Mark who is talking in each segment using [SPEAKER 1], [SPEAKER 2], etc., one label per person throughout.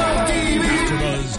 [SPEAKER 1] AfterBuzz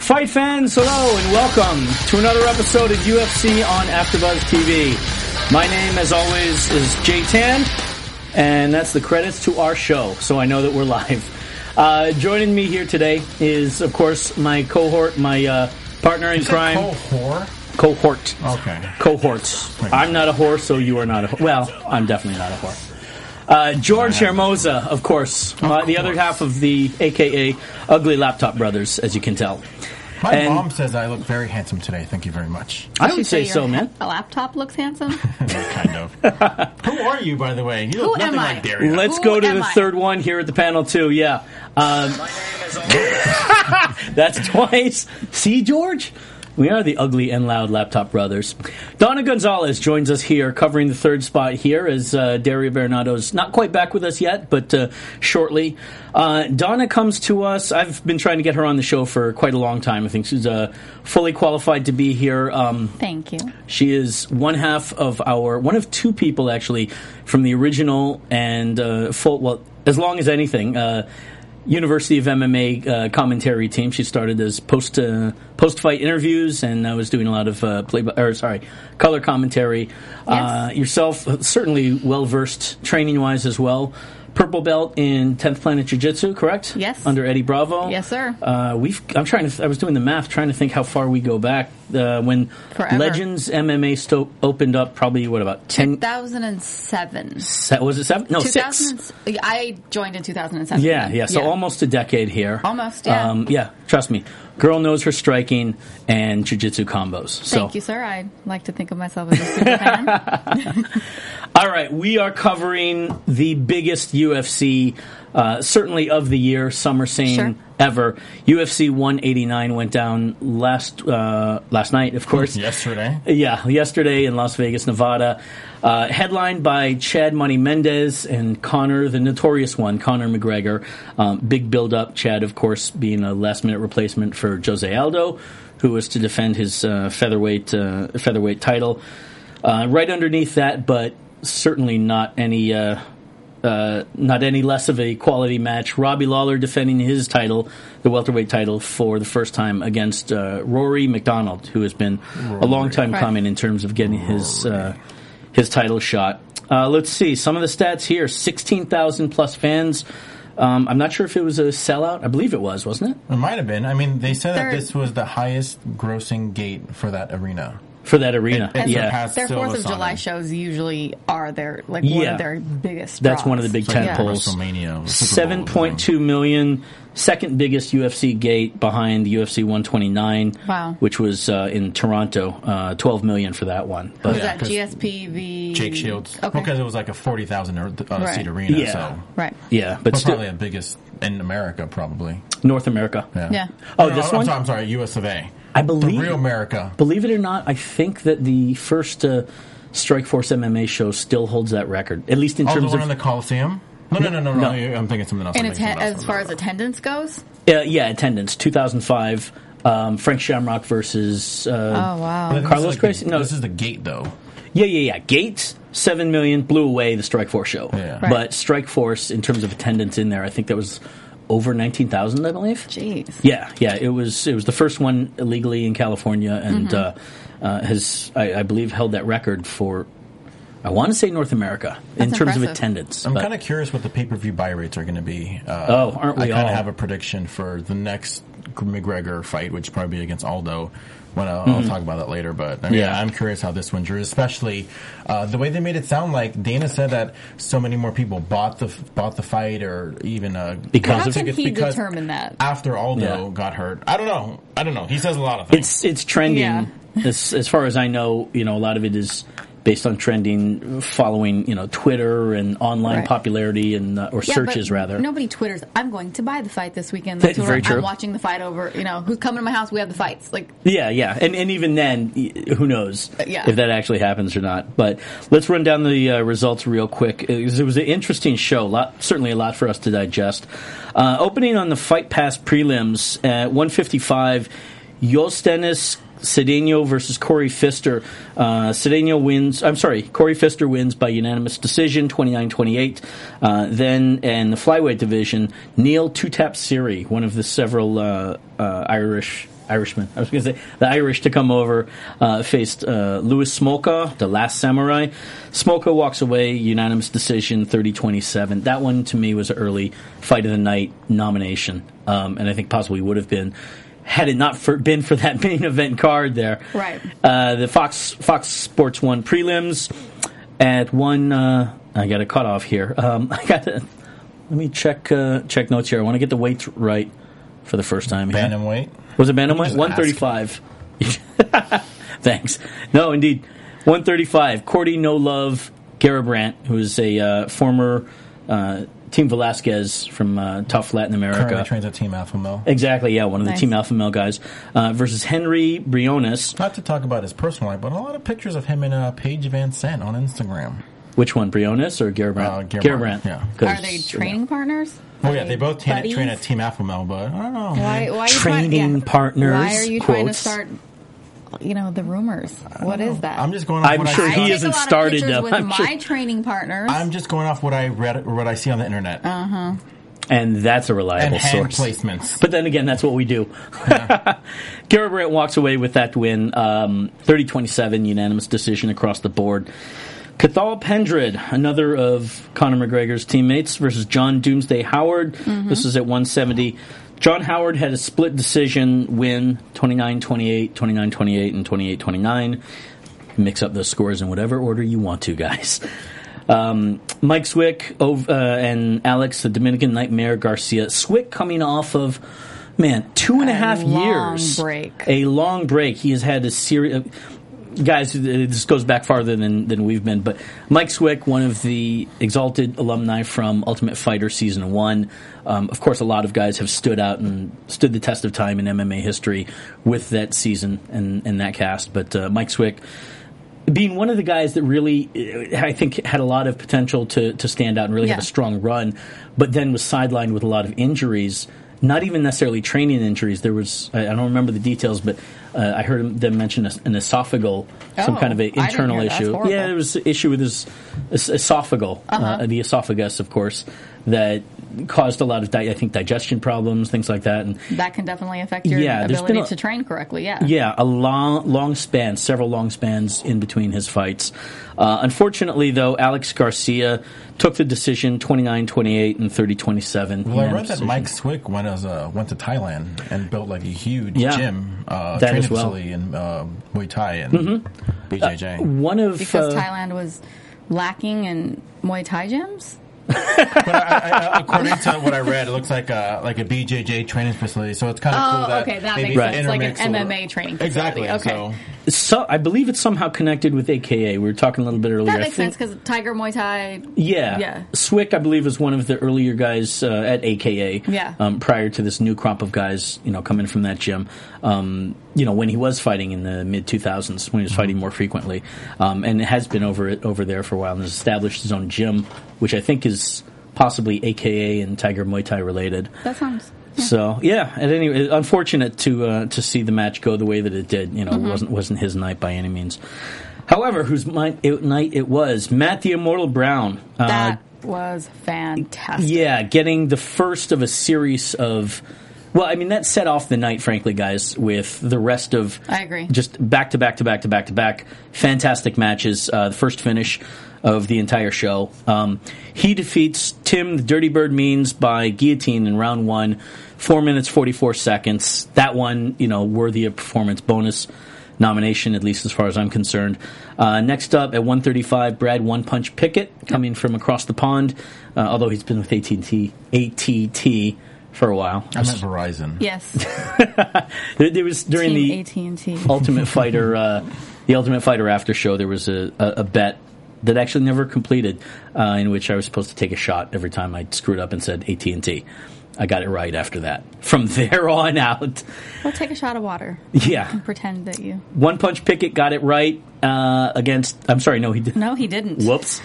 [SPEAKER 2] fight fans, hello, and welcome to another episode of UFC on AfterBuzz TV. My name, as always, is Jay Tan, and that's the credits to our show, so I know that we're live. Uh, joining me here today is, of course, my cohort, my uh, partner in crime,
[SPEAKER 3] whore.
[SPEAKER 2] cohort,
[SPEAKER 3] Okay.
[SPEAKER 2] cohorts. I'm not a whore, so you are not a. Well, I'm definitely not a whore. Uh, George Hermosa, of course, uh, the other half of the AKA Ugly Laptop Brothers, as you can tell.
[SPEAKER 3] My
[SPEAKER 2] And-
[SPEAKER 3] mom says I look very handsome today. Thank you very much.
[SPEAKER 2] I would
[SPEAKER 4] So
[SPEAKER 2] say
[SPEAKER 4] your
[SPEAKER 2] so, man.
[SPEAKER 4] ha- laptop looks handsome.
[SPEAKER 3] kind of. Who are you, by the way? You look
[SPEAKER 4] Who
[SPEAKER 3] nothing
[SPEAKER 4] am I?
[SPEAKER 3] like Daria.
[SPEAKER 2] Let's
[SPEAKER 4] Who
[SPEAKER 2] go to
[SPEAKER 4] am
[SPEAKER 2] the
[SPEAKER 4] I?
[SPEAKER 2] third one here at the panel too. Yeah, um, that's twice. See, George, we are the ugly and loud laptop brothers. Donna Gonzalez joins us here, covering the third spot here as uh, Daria Bernado's not quite back with us yet, but uh, shortly. Uh, Donna comes to us. I've been trying to get her on the show for quite a long time. I think she's uh, fully qualified to be here. Um,
[SPEAKER 4] Thank you.
[SPEAKER 2] she is one half of our one of two people actually from the original and uh, full well as long as anything uh, University of MMA uh, commentary team. She started as post uh, post fight interviews and I was doing a lot of uh, play by- or sorry color commentary. Uh, yourself certainly well versed training wise as well. Purple belt in 10th Planet Jiu Jitsu, correct?
[SPEAKER 4] Yes.
[SPEAKER 2] Under Eddie Bravo.
[SPEAKER 4] Yes, sir.
[SPEAKER 2] Uh, we've. I'm trying to. I was doing the math, trying to think how far we go back uh, when
[SPEAKER 4] Forever.
[SPEAKER 2] Legends MMA sto- opened up. Probably what about ten?
[SPEAKER 4] 2007.
[SPEAKER 2] se- was it seven? No, six.
[SPEAKER 4] 2000. I joined in 2007.
[SPEAKER 2] Yeah, yeah. So almost a decade here.
[SPEAKER 4] Almost, yeah.
[SPEAKER 2] Um, yeah. Trust me, girl knows her striking and jujitsu combos. So
[SPEAKER 4] Thank you, sir. I like to think of myself as a super fan.
[SPEAKER 2] All right, we are covering the biggest UFC, uh, certainly of the year, Summer Scene
[SPEAKER 4] Sure.
[SPEAKER 2] ever. UFC 189 went down last uh, last night, of course.
[SPEAKER 3] Yesterday.
[SPEAKER 2] Yeah, yesterday in Las Vegas, Nevada, uh, headlined by Chad Money Mendez and Connor, the notorious one, Connor McGregor. Um, big build up. Chad, of course, being a last minute replacement for Jose Aldo, who was to defend his uh, featherweight uh, featherweight title. Uh, right underneath that, but certainly not any. Uh, uh, not any less of a quality match. Robbie Lawler defending his title, the welterweight title, for the first time against uh, Rory McDonald, who has been a long time
[SPEAKER 4] Right.
[SPEAKER 2] coming in terms of getting his uh, his title shot. Uh, let's see some of the stats here: sixteen thousand plus fans. Um, I'm not sure if it was a sellout. I believe it was, wasn't it,
[SPEAKER 3] It might have been. I mean, they said that
[SPEAKER 4] They're-
[SPEAKER 3] this was the highest grossing gate for that arena.
[SPEAKER 2] for that arena?
[SPEAKER 3] It- it
[SPEAKER 2] yeah,
[SPEAKER 3] surpassed
[SPEAKER 4] their Fourth of
[SPEAKER 3] Silvasana.
[SPEAKER 4] July shows usually are their like one
[SPEAKER 2] Yeah.
[SPEAKER 4] of their biggest.
[SPEAKER 2] that's one of
[SPEAKER 4] draws.
[SPEAKER 2] the big
[SPEAKER 3] It's like
[SPEAKER 2] ten poles.
[SPEAKER 3] WrestleMania. Super Bowl.
[SPEAKER 2] Seven point two million, second biggest UFC gate behind the UFC 129,
[SPEAKER 4] Wow.
[SPEAKER 2] which was uh, in Toronto. Uh, Twelve million for that one. But,
[SPEAKER 4] Was that
[SPEAKER 3] 'cause
[SPEAKER 4] GSP v
[SPEAKER 3] Jake Shields.
[SPEAKER 4] Okay.
[SPEAKER 3] Because it was like a 40,000 or- uh,
[SPEAKER 4] Right.
[SPEAKER 3] seat arena.
[SPEAKER 2] Yeah.
[SPEAKER 3] So.
[SPEAKER 4] Right.
[SPEAKER 2] yeah, but
[SPEAKER 3] But
[SPEAKER 2] still
[SPEAKER 3] probably the biggest in America, probably.
[SPEAKER 2] North America.
[SPEAKER 4] Yeah.
[SPEAKER 2] Oh,
[SPEAKER 3] No,
[SPEAKER 2] this
[SPEAKER 3] I'm
[SPEAKER 2] one?
[SPEAKER 3] Sorry, I'm sorry, US of A.
[SPEAKER 2] I believe-
[SPEAKER 3] The real America.
[SPEAKER 2] Believe it or not, I think that the first uh, Strike Force MMA show still holds that record, at least in
[SPEAKER 3] Oh, the
[SPEAKER 2] terms
[SPEAKER 3] one
[SPEAKER 2] of
[SPEAKER 3] in the Coliseum? No, no, no, no,
[SPEAKER 2] No.
[SPEAKER 3] no. I'm thinking something else.
[SPEAKER 4] And
[SPEAKER 3] I'm thinking
[SPEAKER 4] atten-
[SPEAKER 3] something else.
[SPEAKER 4] as far as attendance goes,
[SPEAKER 2] uh, yeah attendance. 2005, um, Frank Shamrock versus uh,
[SPEAKER 4] oh
[SPEAKER 3] But I
[SPEAKER 4] wow,
[SPEAKER 3] think
[SPEAKER 2] Carlos
[SPEAKER 3] this is like
[SPEAKER 2] Gracie?
[SPEAKER 3] The,
[SPEAKER 2] No.
[SPEAKER 3] This is the gate, though.
[SPEAKER 2] yeah, yeah, yeah. Gates seven million blew away the Strike Force show,
[SPEAKER 3] Yeah.
[SPEAKER 4] Right.
[SPEAKER 2] but Strike Force in terms of attendance in there, I think that was over 19,000, I believe.
[SPEAKER 4] jeez.
[SPEAKER 2] Yeah, yeah. It was it was the first one illegally in California, and
[SPEAKER 4] Mm-hmm.
[SPEAKER 2] uh, uh, has I, I believe held that record for. I want to say North America in
[SPEAKER 4] That's
[SPEAKER 2] terms of
[SPEAKER 4] impressive.
[SPEAKER 2] attendance.
[SPEAKER 3] I'm
[SPEAKER 2] but-
[SPEAKER 3] kind of curious what the pay per view buy rates are going to be. Uh,
[SPEAKER 2] Oh, aren't we
[SPEAKER 3] I kind
[SPEAKER 2] all?
[SPEAKER 3] of have a prediction for the next McGregor fight, which probably be against Aldo. When I'll, I'll talk about that later, but I mean,
[SPEAKER 2] Mm-hmm. Yeah.
[SPEAKER 3] I'm curious how this one drew, especially uh, the way they made it sound like Dana said that so many more people bought the bought the fight or even uh,
[SPEAKER 2] Because
[SPEAKER 3] bought
[SPEAKER 2] of- How
[SPEAKER 4] can
[SPEAKER 3] tickets
[SPEAKER 4] he
[SPEAKER 3] because
[SPEAKER 4] determine that?
[SPEAKER 3] after Aldo
[SPEAKER 2] Yeah.
[SPEAKER 3] got hurt? I don't know. I don't know. He says a lot of things.
[SPEAKER 2] It's it's trending
[SPEAKER 4] Yeah.
[SPEAKER 2] as as far as I know, you know, a lot of it is based on trending, following you know Twitter and online
[SPEAKER 4] Right.
[SPEAKER 2] popularity and uh, or
[SPEAKER 4] Yeah,
[SPEAKER 2] searches
[SPEAKER 4] but
[SPEAKER 2] rather.
[SPEAKER 4] Nobody twitters. I'm going to buy the fight this weekend.
[SPEAKER 2] That's
[SPEAKER 4] That's
[SPEAKER 2] very
[SPEAKER 4] I'm
[SPEAKER 2] true.
[SPEAKER 4] watching the fight over. You know who's coming to my house? We have the fights. Like
[SPEAKER 2] Yeah, yeah, and and even then, y- who knows
[SPEAKER 4] yeah.
[SPEAKER 2] if that actually happens or not. But let's run down the uh, results real quick. It was, it was an interesting show, lot, certainly a lot for us to digest. Uh, opening on the Fight Pass prelims at 155, Yostenis Cedeno versus Corey Fister. Uh, Cedeno wins. I'm sorry, Corey Fister wins by unanimous decision, 29-28. Uh, then in the flyweight division, Neil Tutap Siri, one of the several uh, uh, Irish. Irishman. I was going to say the Irish to come over uh, faced uh, Louis Smolka, the last samurai. Smolka walks away, unanimous decision, 30-27. That one to me was an early fight of the night nomination, um, and I think possibly would have been had it not for, been for that main event card there.
[SPEAKER 4] Right.
[SPEAKER 2] Uh, the Fox Fox Sports One prelims at one. Uh, I got a cutoff here. Um, I got. to Let me check uh, check notes here. I want to get the weights right for the first time. here.
[SPEAKER 3] Bantamweight.
[SPEAKER 2] Was it Bantamweight?
[SPEAKER 3] ask.
[SPEAKER 2] 135. Thanks. No, indeed. 135. Cordy No Love Garibrandt, who is a uh, former uh, Team Velasquez from uh, Tough Latin
[SPEAKER 3] Currently
[SPEAKER 2] America.
[SPEAKER 3] trains at Team Alpha Male.
[SPEAKER 2] Exactly, yeah, one of the
[SPEAKER 4] Nice.
[SPEAKER 2] Team Alpha Male guys. Uh, versus Henry Briones.
[SPEAKER 3] Not to talk about his personal life, but a lot of pictures of him and uh, Paige Van Sant on Instagram.
[SPEAKER 2] Which one, Briones or Garibrandt?
[SPEAKER 3] Uh, Garibrandt, yeah.
[SPEAKER 2] 'Cause-
[SPEAKER 4] are they training partners?
[SPEAKER 3] Oh yeah, they both t-
[SPEAKER 4] Buddies?
[SPEAKER 3] train at Team Alpha Male, but I don't know.
[SPEAKER 4] Why, why are you
[SPEAKER 2] Training partners,
[SPEAKER 4] Why are you trying to
[SPEAKER 2] quotes.
[SPEAKER 4] start? You know the rumors. What is that?
[SPEAKER 3] I'm just going. Off
[SPEAKER 2] I'm
[SPEAKER 3] what
[SPEAKER 2] sure
[SPEAKER 3] I
[SPEAKER 4] I
[SPEAKER 2] he
[SPEAKER 3] saw.
[SPEAKER 4] take
[SPEAKER 2] isn't
[SPEAKER 4] a lot
[SPEAKER 2] started
[SPEAKER 4] of pictures
[SPEAKER 2] up.
[SPEAKER 4] with
[SPEAKER 2] I'm
[SPEAKER 4] my
[SPEAKER 2] sure-
[SPEAKER 4] training partners.
[SPEAKER 3] I'm just going off what I read or what I see on the
[SPEAKER 4] Oh.
[SPEAKER 3] internet
[SPEAKER 2] And that's a reliable
[SPEAKER 3] and hand
[SPEAKER 2] source.
[SPEAKER 3] placements.
[SPEAKER 2] But then again, that's what we do. Garibrandt walks away with that win, um, 30-27, unanimous decision across the board. Cathal Pendred, another of Conor McGregor's teammates, versus John Doomsday Howard. This is at 170. John Howard had a split decision win, 29-28, 29-28, and 28-29. Mix up those scores in whatever order you want to, guys. Um, Mike Swick ov- uh, and Alex, the Dominican Nightmare Garcia. Swick coming off of, man, two and a
[SPEAKER 4] A
[SPEAKER 2] half
[SPEAKER 4] long
[SPEAKER 2] years.
[SPEAKER 4] break.
[SPEAKER 2] A long break. He has had a series. Guys, th- this goes back farther than, than we've been, but Mike Swick, one of the exalted alumni from Ultimate Fighter Season 1. Um, of course, a lot of guys have stood out and stood the test of time in MMA history with that season and, and that cast, but uh, Mike Swick being one of the guys that really, uh, I think, had a lot of potential to, to stand out and really have
[SPEAKER 4] Yeah.
[SPEAKER 2] a strong run, but then was sidelined with a lot of injuries. Not even necessarily training injuries. There was I I don't remember the details, but uh, I heard them mention es- an esophageal, some
[SPEAKER 4] Oh,
[SPEAKER 2] kind of
[SPEAKER 4] I
[SPEAKER 2] an
[SPEAKER 4] didn't
[SPEAKER 2] internal
[SPEAKER 4] hear that. That's
[SPEAKER 2] issue.
[SPEAKER 4] horrible. Uh-huh.
[SPEAKER 2] Yeah, there was an issue with his es- esophageal, uh the esophagus, of course, that caused a lot of di- I think digestion problems, things like that, and
[SPEAKER 4] that can definitely affect your
[SPEAKER 2] Yeah, there's
[SPEAKER 4] ability
[SPEAKER 2] been a-
[SPEAKER 4] to train correctly. Yeah.
[SPEAKER 2] yeah, a long, long span, several long spans in between his fights. Uh, unfortunately, though, Alex Garcia took the decision 29 28 and 30 27.
[SPEAKER 3] Well, I read that Mike Swick went as uh, went to Thailand and built like a huge
[SPEAKER 2] Yeah.
[SPEAKER 3] gym, uh,
[SPEAKER 2] That
[SPEAKER 3] training
[SPEAKER 2] as well.
[SPEAKER 3] facility in uh, Muay Thai and BJJ.
[SPEAKER 2] One of.
[SPEAKER 4] because
[SPEAKER 2] uh,
[SPEAKER 4] Thailand was lacking in Muay Thai gyms.
[SPEAKER 3] but I, I, I- according to what I read, it looks like a like a BJJ training facility. So it's kind of cool
[SPEAKER 4] Oh,
[SPEAKER 3] that
[SPEAKER 4] okay, that
[SPEAKER 3] maybe
[SPEAKER 4] makes sense. It's like an
[SPEAKER 3] intermix or-
[SPEAKER 4] MMA training facility.
[SPEAKER 3] Exactly.
[SPEAKER 4] Okay.
[SPEAKER 3] So
[SPEAKER 2] so, I believe it's somehow connected with AKA. We were talking a little bit earlier.
[SPEAKER 4] That
[SPEAKER 2] I
[SPEAKER 4] makes
[SPEAKER 2] think-
[SPEAKER 4] sense because Tiger Muay Thai.
[SPEAKER 2] Yeah.
[SPEAKER 4] Yeah.
[SPEAKER 2] Swick, I believe, is one of the earlier guys uh, at AKA.
[SPEAKER 4] Yeah.
[SPEAKER 2] Um, prior to this new crop of guys, you know, coming from that gym. Um, you know, when he was fighting in the mid 2000s, when he was
[SPEAKER 4] Mm-hmm.
[SPEAKER 2] fighting more frequently, um, and it has been over over there for a while, and has established his own gym, which I think is possibly AKA and Tiger Muay Thai related.
[SPEAKER 4] That sounds.
[SPEAKER 2] So yeah, at any rate, unfortunate to uh, to see the match go the way that it did. You know,
[SPEAKER 4] Mm-hmm.
[SPEAKER 2] it wasn't wasn't his night by any means. However, whose mi- it, night it was? Matt the Immortal Brown. Uh,
[SPEAKER 4] That was fantastic.
[SPEAKER 2] yeah, getting the first of a series of. Well, I mean that set off the night, frankly, guys. With the rest of,
[SPEAKER 4] I agree.
[SPEAKER 2] Just back to back to back to back to back, fantastic matches. Uh, the first finish of the entire show. Um, he defeats Tim the Dirty Bird Means by guillotine in round one, four minutes forty four seconds. That one, you know, worthy of performance bonus nomination, at least as far as I'm concerned. Uh, next up at 135, Brad One Punch Pickett coming from across the pond, uh, although he's been with AT&T, ATT for a while.
[SPEAKER 3] I meant Verizon.
[SPEAKER 4] Yes.
[SPEAKER 2] There, there was during the
[SPEAKER 4] Team AT&T.
[SPEAKER 2] Ultimate Fighter, uh, the Ultimate Fighter after show, there was a, a, a bet that actually never completed, uh, in which I was supposed to take a shot every time I screwed up and said AT and T. I got it right after that. From there on out,
[SPEAKER 4] Well, take a shot of water.
[SPEAKER 2] yeah,
[SPEAKER 4] Pretend that you.
[SPEAKER 2] One Punch Pickett got it right uh, against. I'm sorry, no, he didn't.
[SPEAKER 4] No, he didn't.
[SPEAKER 2] Whoops.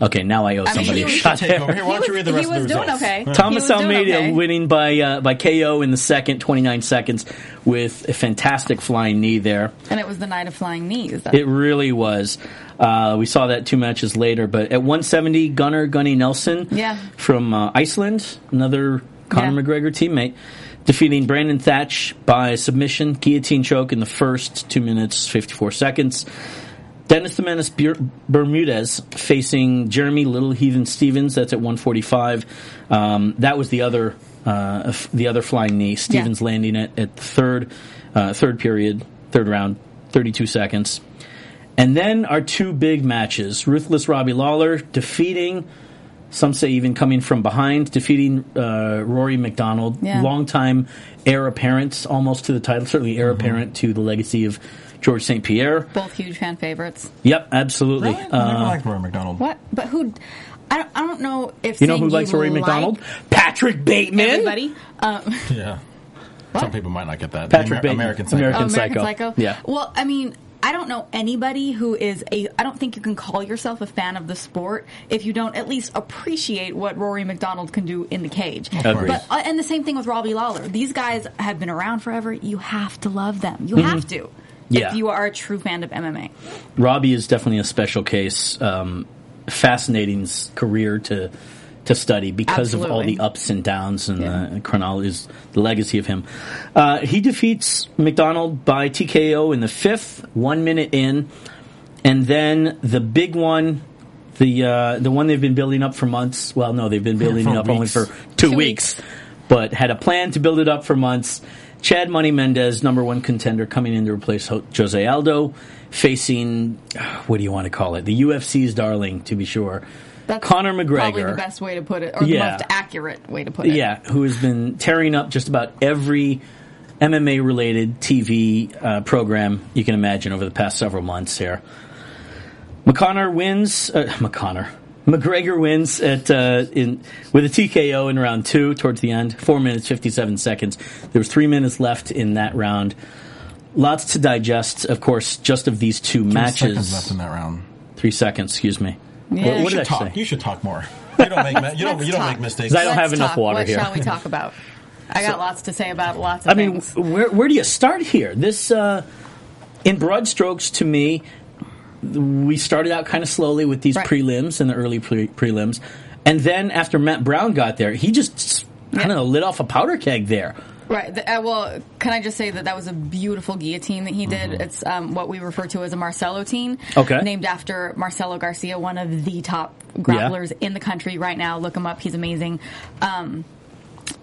[SPEAKER 2] Okay, now I owe
[SPEAKER 4] mean,
[SPEAKER 2] somebody
[SPEAKER 4] he
[SPEAKER 2] a
[SPEAKER 4] was-
[SPEAKER 2] shot.
[SPEAKER 3] Take
[SPEAKER 2] There.
[SPEAKER 3] over here. Why
[SPEAKER 4] He
[SPEAKER 3] don't
[SPEAKER 4] was,
[SPEAKER 3] you read the rest
[SPEAKER 4] he was
[SPEAKER 3] of the
[SPEAKER 4] doing
[SPEAKER 3] results?
[SPEAKER 4] okay.
[SPEAKER 2] Thomas
[SPEAKER 4] He was doing
[SPEAKER 2] Almeida
[SPEAKER 4] okay.
[SPEAKER 2] winning by uh, by KO in the second, 29 seconds, with a fantastic flying knee there.
[SPEAKER 4] And it was the night of flying knees.
[SPEAKER 2] It really was. Uh, we saw that two matches later, but at 170, Gunnar Gunny Nelson
[SPEAKER 4] Yeah.
[SPEAKER 2] from uh, Iceland, another Conor
[SPEAKER 4] Yeah.
[SPEAKER 2] McGregor teammate, defeating Brandon Thatch by submission, guillotine choke in the first two minutes, 54 seconds. Dennis the Menace Bur- Bermudez facing Jeremy Little Heathen Stevens. That's at 145. Um, that was the other uh, f- the other flying knee. Stevens landing it at the third uh, third period, third round, 32 seconds. And then our two big matches: Ruthless Robbie Lawler defeating. Some say even coming from behind, defeating uh, Rory McDonald,
[SPEAKER 4] Yeah.
[SPEAKER 2] longtime heir apparent, almost to the title, certainly heir apparent to the legacy of George St. Pierre.
[SPEAKER 4] Both huge fan favorites.
[SPEAKER 2] Yep, absolutely.
[SPEAKER 3] Really? I never
[SPEAKER 2] Uh,
[SPEAKER 3] liked Rory McDonald.
[SPEAKER 4] What? But who? I don't, I don't know if
[SPEAKER 2] you know
[SPEAKER 4] saying
[SPEAKER 2] who likes Rory
[SPEAKER 4] like
[SPEAKER 2] McDonald? Patrick Bateman.
[SPEAKER 4] Everybody. Um,
[SPEAKER 3] Yeah. Some people might not get that.
[SPEAKER 2] Patrick
[SPEAKER 3] Amer-
[SPEAKER 2] Bateman.
[SPEAKER 3] American Psycho.
[SPEAKER 2] American-
[SPEAKER 4] American
[SPEAKER 2] Psycho.
[SPEAKER 4] Psycho.
[SPEAKER 2] Yeah.
[SPEAKER 4] Well, I mean, I don't know anybody who is a. I don't think you can call yourself a fan of the sport if you don't at least appreciate what Rory McDonald can do in the cage.
[SPEAKER 2] course.
[SPEAKER 4] But uh, and the same thing with Robbie Lawler. These guys have been around forever. You have to love them. You have to.
[SPEAKER 2] Mm-hmm. Yeah.
[SPEAKER 4] If you are a true fan of MMA.
[SPEAKER 2] Robbie is definitely a special case. Um, fascinating s- career to to study because of all
[SPEAKER 4] Absolutely.
[SPEAKER 2] the ups and downs and
[SPEAKER 4] Yeah.
[SPEAKER 2] the chronology is the legacy of him. Uh, he defeats McDonald by TKO in the fifth, one minute in, and then the big one. The uh, the one they've been building up for months. Well, no, they've been building
[SPEAKER 3] for
[SPEAKER 2] it up only
[SPEAKER 3] weeks.
[SPEAKER 2] for two,
[SPEAKER 4] Two
[SPEAKER 2] weeks, but had a plan to build it up for months. Chad Money Mendez, number one contender, coming in to replace Ho- Jose Aldo, facing uh, what do you want to call it? The UFC's darling, to be sure, Conor McGregor.
[SPEAKER 4] Probably the best way to put it, or
[SPEAKER 2] Yeah.
[SPEAKER 4] the most accurate way to put it.
[SPEAKER 2] Yeah, who has been tearing up just about every MMA related TV uh, program you can imagine over the past several months here. McConnor wins. Uh, McConnor. McGregor wins at uh, in with a TKO in round two towards the end. Four minutes fifty seven seconds. There was three minutes left in that round. Lots to digest, of course, just of these two matches.
[SPEAKER 3] Seconds left in that round.
[SPEAKER 2] Three seconds, excuse me.
[SPEAKER 4] Yeah.
[SPEAKER 2] What, what did I
[SPEAKER 4] You
[SPEAKER 3] should
[SPEAKER 2] say?
[SPEAKER 3] talk. You should talk more. You don't make ma- you don't
[SPEAKER 4] Let's
[SPEAKER 3] you don't
[SPEAKER 4] talk.
[SPEAKER 3] make mistakes.
[SPEAKER 2] 'Cause I don't have enough
[SPEAKER 4] talk.
[SPEAKER 2] water
[SPEAKER 4] what
[SPEAKER 2] here.
[SPEAKER 4] shall we talk about? I got lots to say about lots of
[SPEAKER 2] I mean,
[SPEAKER 4] things.
[SPEAKER 2] where where do you start here? This, uh, in broad strokes, to me, we started out kind of slowly with these
[SPEAKER 4] Right.
[SPEAKER 2] prelims and the early pre- prelims, and then after Matt Brown got there, he just I don't know lit off a powder keg there.
[SPEAKER 4] Right. th- Uh, well, can I just say that that was a beautiful guillotine that he did? It's um, what we refer to as a Marcelo team.
[SPEAKER 2] Mm-hmm. Okay.
[SPEAKER 4] Named after Marcelo Garcia, one of the top
[SPEAKER 2] Yeah.
[SPEAKER 4] grapplers in the country right now. Look him up. He's amazing. Um,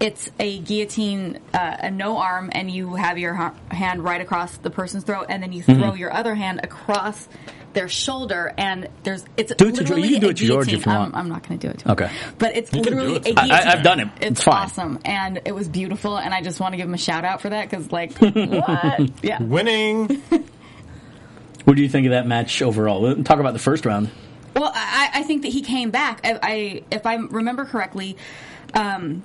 [SPEAKER 4] it's a guillotine, uh, a no arm, and you have your ha- hand right across the person's throat, and then you throw
[SPEAKER 2] Mm-hmm.
[SPEAKER 4] your other hand across their shoulder, and there's it's
[SPEAKER 2] Do it to Geor- you
[SPEAKER 4] literally
[SPEAKER 2] can do
[SPEAKER 4] a
[SPEAKER 2] it to George if you
[SPEAKER 4] guillotine.
[SPEAKER 2] want.
[SPEAKER 4] I'm, I'm not going to do it. To him.
[SPEAKER 2] Okay.
[SPEAKER 4] But it's
[SPEAKER 3] You can do
[SPEAKER 4] literally
[SPEAKER 3] it
[SPEAKER 4] a
[SPEAKER 3] to him.
[SPEAKER 4] guillotine.
[SPEAKER 2] I- I've done it.
[SPEAKER 4] It's,
[SPEAKER 2] It's fine.
[SPEAKER 4] awesome, Um, and it was beautiful, and I just want to give him a shout out for that because, like, what? Yeah.
[SPEAKER 3] Winning.
[SPEAKER 2] What do you think of that match overall? We'll talk about the first round.
[SPEAKER 4] Well, I, I think that he came back. I, I if I remember correctly, um,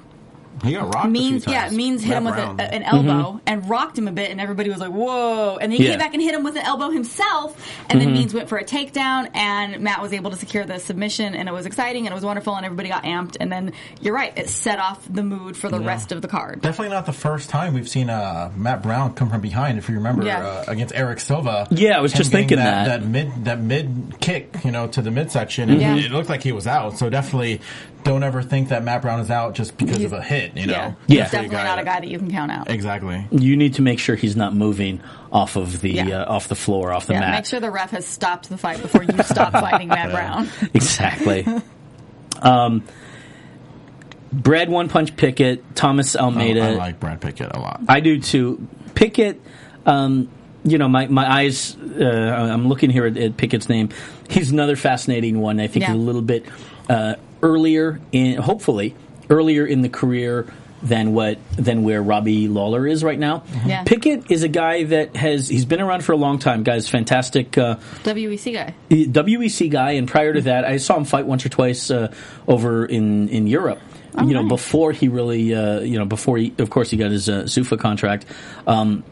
[SPEAKER 3] He got rocked.
[SPEAKER 4] means
[SPEAKER 3] a few
[SPEAKER 4] yeah,
[SPEAKER 3] times.
[SPEAKER 4] means hit
[SPEAKER 3] Matt
[SPEAKER 4] him with
[SPEAKER 3] Brown.
[SPEAKER 4] a, an elbow and rocked him a bit, and everybody was like, "Whoa!" And then he
[SPEAKER 2] Yeah.
[SPEAKER 4] came back and hit him with an elbow himself, and then means went for a takedown, and Matt was able to secure the submission, and it was exciting and it was wonderful, and everybody got amped, and then you're right, it set off the mood for the rest of the card.
[SPEAKER 3] Definitely not the first time we've seen uh, Matt Brown come from behind. If you remember,
[SPEAKER 4] Yeah.
[SPEAKER 3] uh, against Eric Silva.
[SPEAKER 2] Yeah, I was
[SPEAKER 3] him
[SPEAKER 2] just
[SPEAKER 3] getting
[SPEAKER 2] thinking that.
[SPEAKER 3] that mid that mid kick, you know, to the midsection. and
[SPEAKER 4] Yeah.
[SPEAKER 3] It looked like he was out. So definitely, don't ever think that Matt Brown is out just because
[SPEAKER 4] He's-
[SPEAKER 3] of a hit. You know,
[SPEAKER 4] yeah,
[SPEAKER 2] Yeah.
[SPEAKER 4] He's definitely not a guy that you can count out.
[SPEAKER 3] Exactly.
[SPEAKER 2] You need to make sure he's not moving off of the
[SPEAKER 4] Yeah.
[SPEAKER 2] uh, off the floor, off the
[SPEAKER 4] Yeah,
[SPEAKER 2] mat. Uh,
[SPEAKER 4] make sure the ref has stopped the fight before you stop fighting Matt Brown.
[SPEAKER 2] Exactly. um, Brad One Punch Pickett, Thomas Almeida.
[SPEAKER 3] I like Brad Pickett a lot.
[SPEAKER 2] I do too. Pickett, um, you know, my, my eyes, uh, I'm looking here at, at Pickett's name. He's another fascinating one. I think
[SPEAKER 4] Yeah.
[SPEAKER 2] he's a little bit uh, earlier in, hopefully, earlier in the career than what than where Robbie Lawler is right now.
[SPEAKER 4] Yeah.
[SPEAKER 2] Pickett is a guy that has he's been around for a long time. Guy's fantastic. Uh,
[SPEAKER 4] WEC guy.
[SPEAKER 2] WEC E guy, and prior to that, I saw him fight once or twice uh, over in in Europe. you know,
[SPEAKER 4] Oh, nice.
[SPEAKER 2] before he really, uh, you know, before he, of course, he got his uh, Zuffa contract. Um,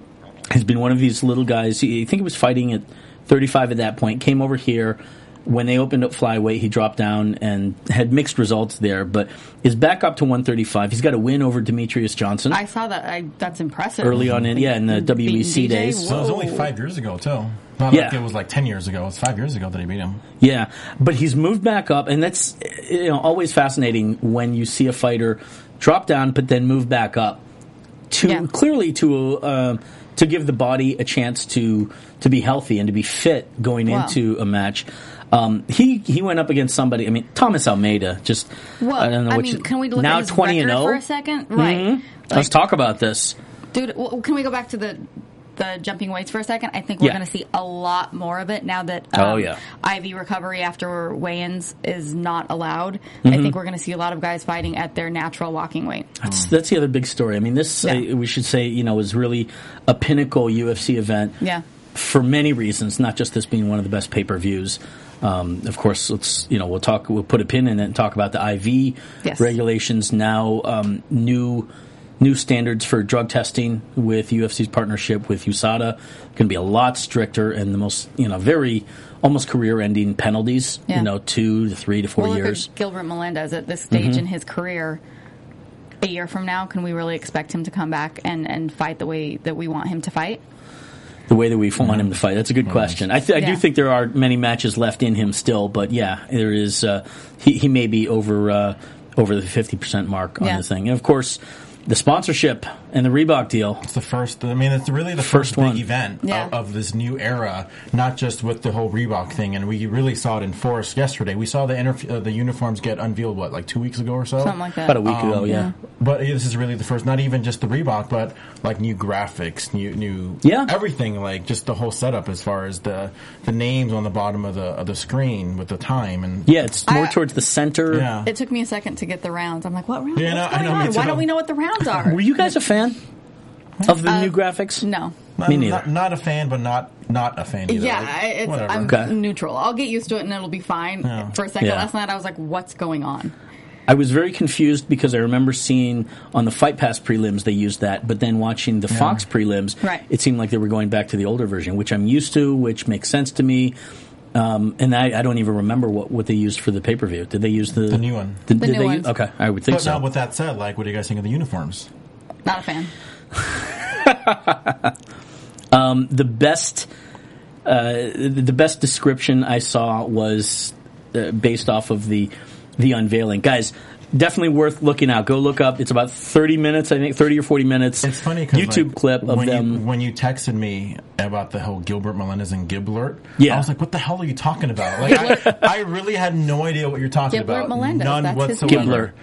[SPEAKER 2] has been one of these little guys. He, I think he was fighting at 35 at that point. Came over here when they opened up flyweight. He dropped down and had mixed results there, but is back up to 135. He's got a win over Demetrius Johnson
[SPEAKER 4] I saw that. I, that's impressive.
[SPEAKER 2] early on in yeah in the
[SPEAKER 4] Beating
[SPEAKER 2] WEC
[SPEAKER 4] DJ?
[SPEAKER 2] days.
[SPEAKER 3] So it was only
[SPEAKER 4] Whoa.
[SPEAKER 3] five years ago too. Not
[SPEAKER 2] Yeah.
[SPEAKER 3] like it was like ten years ago. It was five years ago that he beat him.
[SPEAKER 2] Yeah, but he's moved back up, and that's you know always fascinating when you see a fighter drop down but then move back up to
[SPEAKER 4] Yeah.
[SPEAKER 2] clearly to um to give the body a chance to to be healthy and to be fit going
[SPEAKER 4] Wow.
[SPEAKER 2] into a match. Um, he he went up against somebody. I mean Thomas Almeida. Just
[SPEAKER 4] Well,
[SPEAKER 2] I don't know what
[SPEAKER 4] mean,
[SPEAKER 2] you,
[SPEAKER 4] can we look
[SPEAKER 2] now
[SPEAKER 4] at his
[SPEAKER 2] twenty and oh? Mm-hmm.
[SPEAKER 4] record
[SPEAKER 2] zero
[SPEAKER 4] for a second? Right.
[SPEAKER 2] Let's talk about this.
[SPEAKER 4] Dude, well, can we go back to the the jumping weights for a second? I think we're
[SPEAKER 2] Yeah.
[SPEAKER 4] going to see a lot more of it now that
[SPEAKER 2] Oh, yeah.
[SPEAKER 4] IV recovery after weigh-ins is not allowed. I
[SPEAKER 2] Mm-hmm.
[SPEAKER 4] think we're going to see a lot of guys fighting at their natural walking weight.
[SPEAKER 2] That's, that's the other big story. I mean, this
[SPEAKER 4] Hmm. Yeah.
[SPEAKER 2] I, we should say you know is really a pinnacle UFC event.
[SPEAKER 4] Yeah.
[SPEAKER 2] for many reasons, not just this being one of the best pay per views. Um, of course, let's you know we'll talk we'll put a pin in it and talk about the IV
[SPEAKER 4] Yes.
[SPEAKER 2] regulations now um, new new standards for drug testing with UFC's partnership with USADA going to be a lot stricter and the most you know very almost career ending penalties
[SPEAKER 4] Yeah.
[SPEAKER 2] you know two to three to four
[SPEAKER 4] Well,
[SPEAKER 2] years Mm-hmm.
[SPEAKER 4] look at Gilbert Melendez at this stage in his career. A year from now, can we really expect him to come back and, and fight the way that we want him to fight?
[SPEAKER 2] the way that we want him to fight. That's a good question. I, th- I
[SPEAKER 4] Yeah.
[SPEAKER 2] do think there are many matches left in him still, but yeah, there is. Uh, he, he may be over uh, over the fifty percent mark on
[SPEAKER 4] Yeah.
[SPEAKER 2] the thing, and of course, the sponsorship and the Reebok deal.
[SPEAKER 3] It's the first. I mean, it's really the
[SPEAKER 2] First
[SPEAKER 3] first,
[SPEAKER 2] one.
[SPEAKER 3] big event
[SPEAKER 4] Yeah.
[SPEAKER 3] of, of this new era. Not just with the whole Reebok thing, and we really saw it enforced yesterday. We saw the interf- uh, the uniforms get unveiled what like two weeks ago or so.
[SPEAKER 4] Something like that.
[SPEAKER 2] About a week ago, yeah.
[SPEAKER 3] But this is really the first, not even just the Reebok, but like new graphics, new new
[SPEAKER 2] Yeah.
[SPEAKER 3] everything, like just the whole setup as far as the the names on the bottom of the of the screen with the time and
[SPEAKER 2] Yeah, it's more
[SPEAKER 4] I-
[SPEAKER 2] towards the center.
[SPEAKER 3] yeah.
[SPEAKER 4] It took me a second to get the rounds. I'm like, what rounds?
[SPEAKER 3] Yeah, I
[SPEAKER 4] What's
[SPEAKER 3] know- I
[SPEAKER 4] going
[SPEAKER 3] know, me
[SPEAKER 4] on? Why
[SPEAKER 3] too.
[SPEAKER 4] don't we know what the rounds are?
[SPEAKER 2] Were you guys a fan of the new graphics?
[SPEAKER 4] Uh, no.
[SPEAKER 2] me
[SPEAKER 3] I'm
[SPEAKER 2] neither.
[SPEAKER 3] Not, not a fan, but not not a fan either.
[SPEAKER 4] Yeah,
[SPEAKER 3] Like,
[SPEAKER 4] I- it's,
[SPEAKER 3] whatever.
[SPEAKER 4] I'm
[SPEAKER 2] Okay.
[SPEAKER 4] neutral. I'll get used to it and it'll be fine.
[SPEAKER 3] Yeah.
[SPEAKER 4] For a second
[SPEAKER 2] Yeah.
[SPEAKER 4] last night, I was like, what's going on?
[SPEAKER 2] I was very confused because I remember seeing on the Fight Pass prelims they used that, but then watching the Fox prelims,
[SPEAKER 4] Right.
[SPEAKER 2] it seemed like they were going back to the older version, which I'm used to, which makes sense to me. Um, and I, I don't even remember what, what they used for the pay per view. Did they use the,
[SPEAKER 3] The new one.
[SPEAKER 2] Did,
[SPEAKER 4] The
[SPEAKER 2] did
[SPEAKER 4] new
[SPEAKER 2] they
[SPEAKER 4] one.
[SPEAKER 2] use- okay, I would think
[SPEAKER 3] but
[SPEAKER 2] so.
[SPEAKER 3] now, with that said, like, what do you guys think of the uniforms?
[SPEAKER 4] Not a fan.
[SPEAKER 2] the best uh, the best description I saw was uh, based off of the the unveiling. Guys, definitely worth looking out. Go look up. It's about thirty minutes, I think, thirty or forty minutes.
[SPEAKER 3] It's funny because
[SPEAKER 2] YouTube clip of
[SPEAKER 3] when
[SPEAKER 2] them.
[SPEAKER 3] You, when you texted me about the whole Gilbert Melendez and Giblert,
[SPEAKER 2] Yeah.
[SPEAKER 3] I was like, "What the hell are you talking about?" Like, I, I really had no idea what you're talking
[SPEAKER 4] Gilbert
[SPEAKER 3] about.
[SPEAKER 4] Melendez,
[SPEAKER 3] none
[SPEAKER 4] that's his
[SPEAKER 3] whatsoever.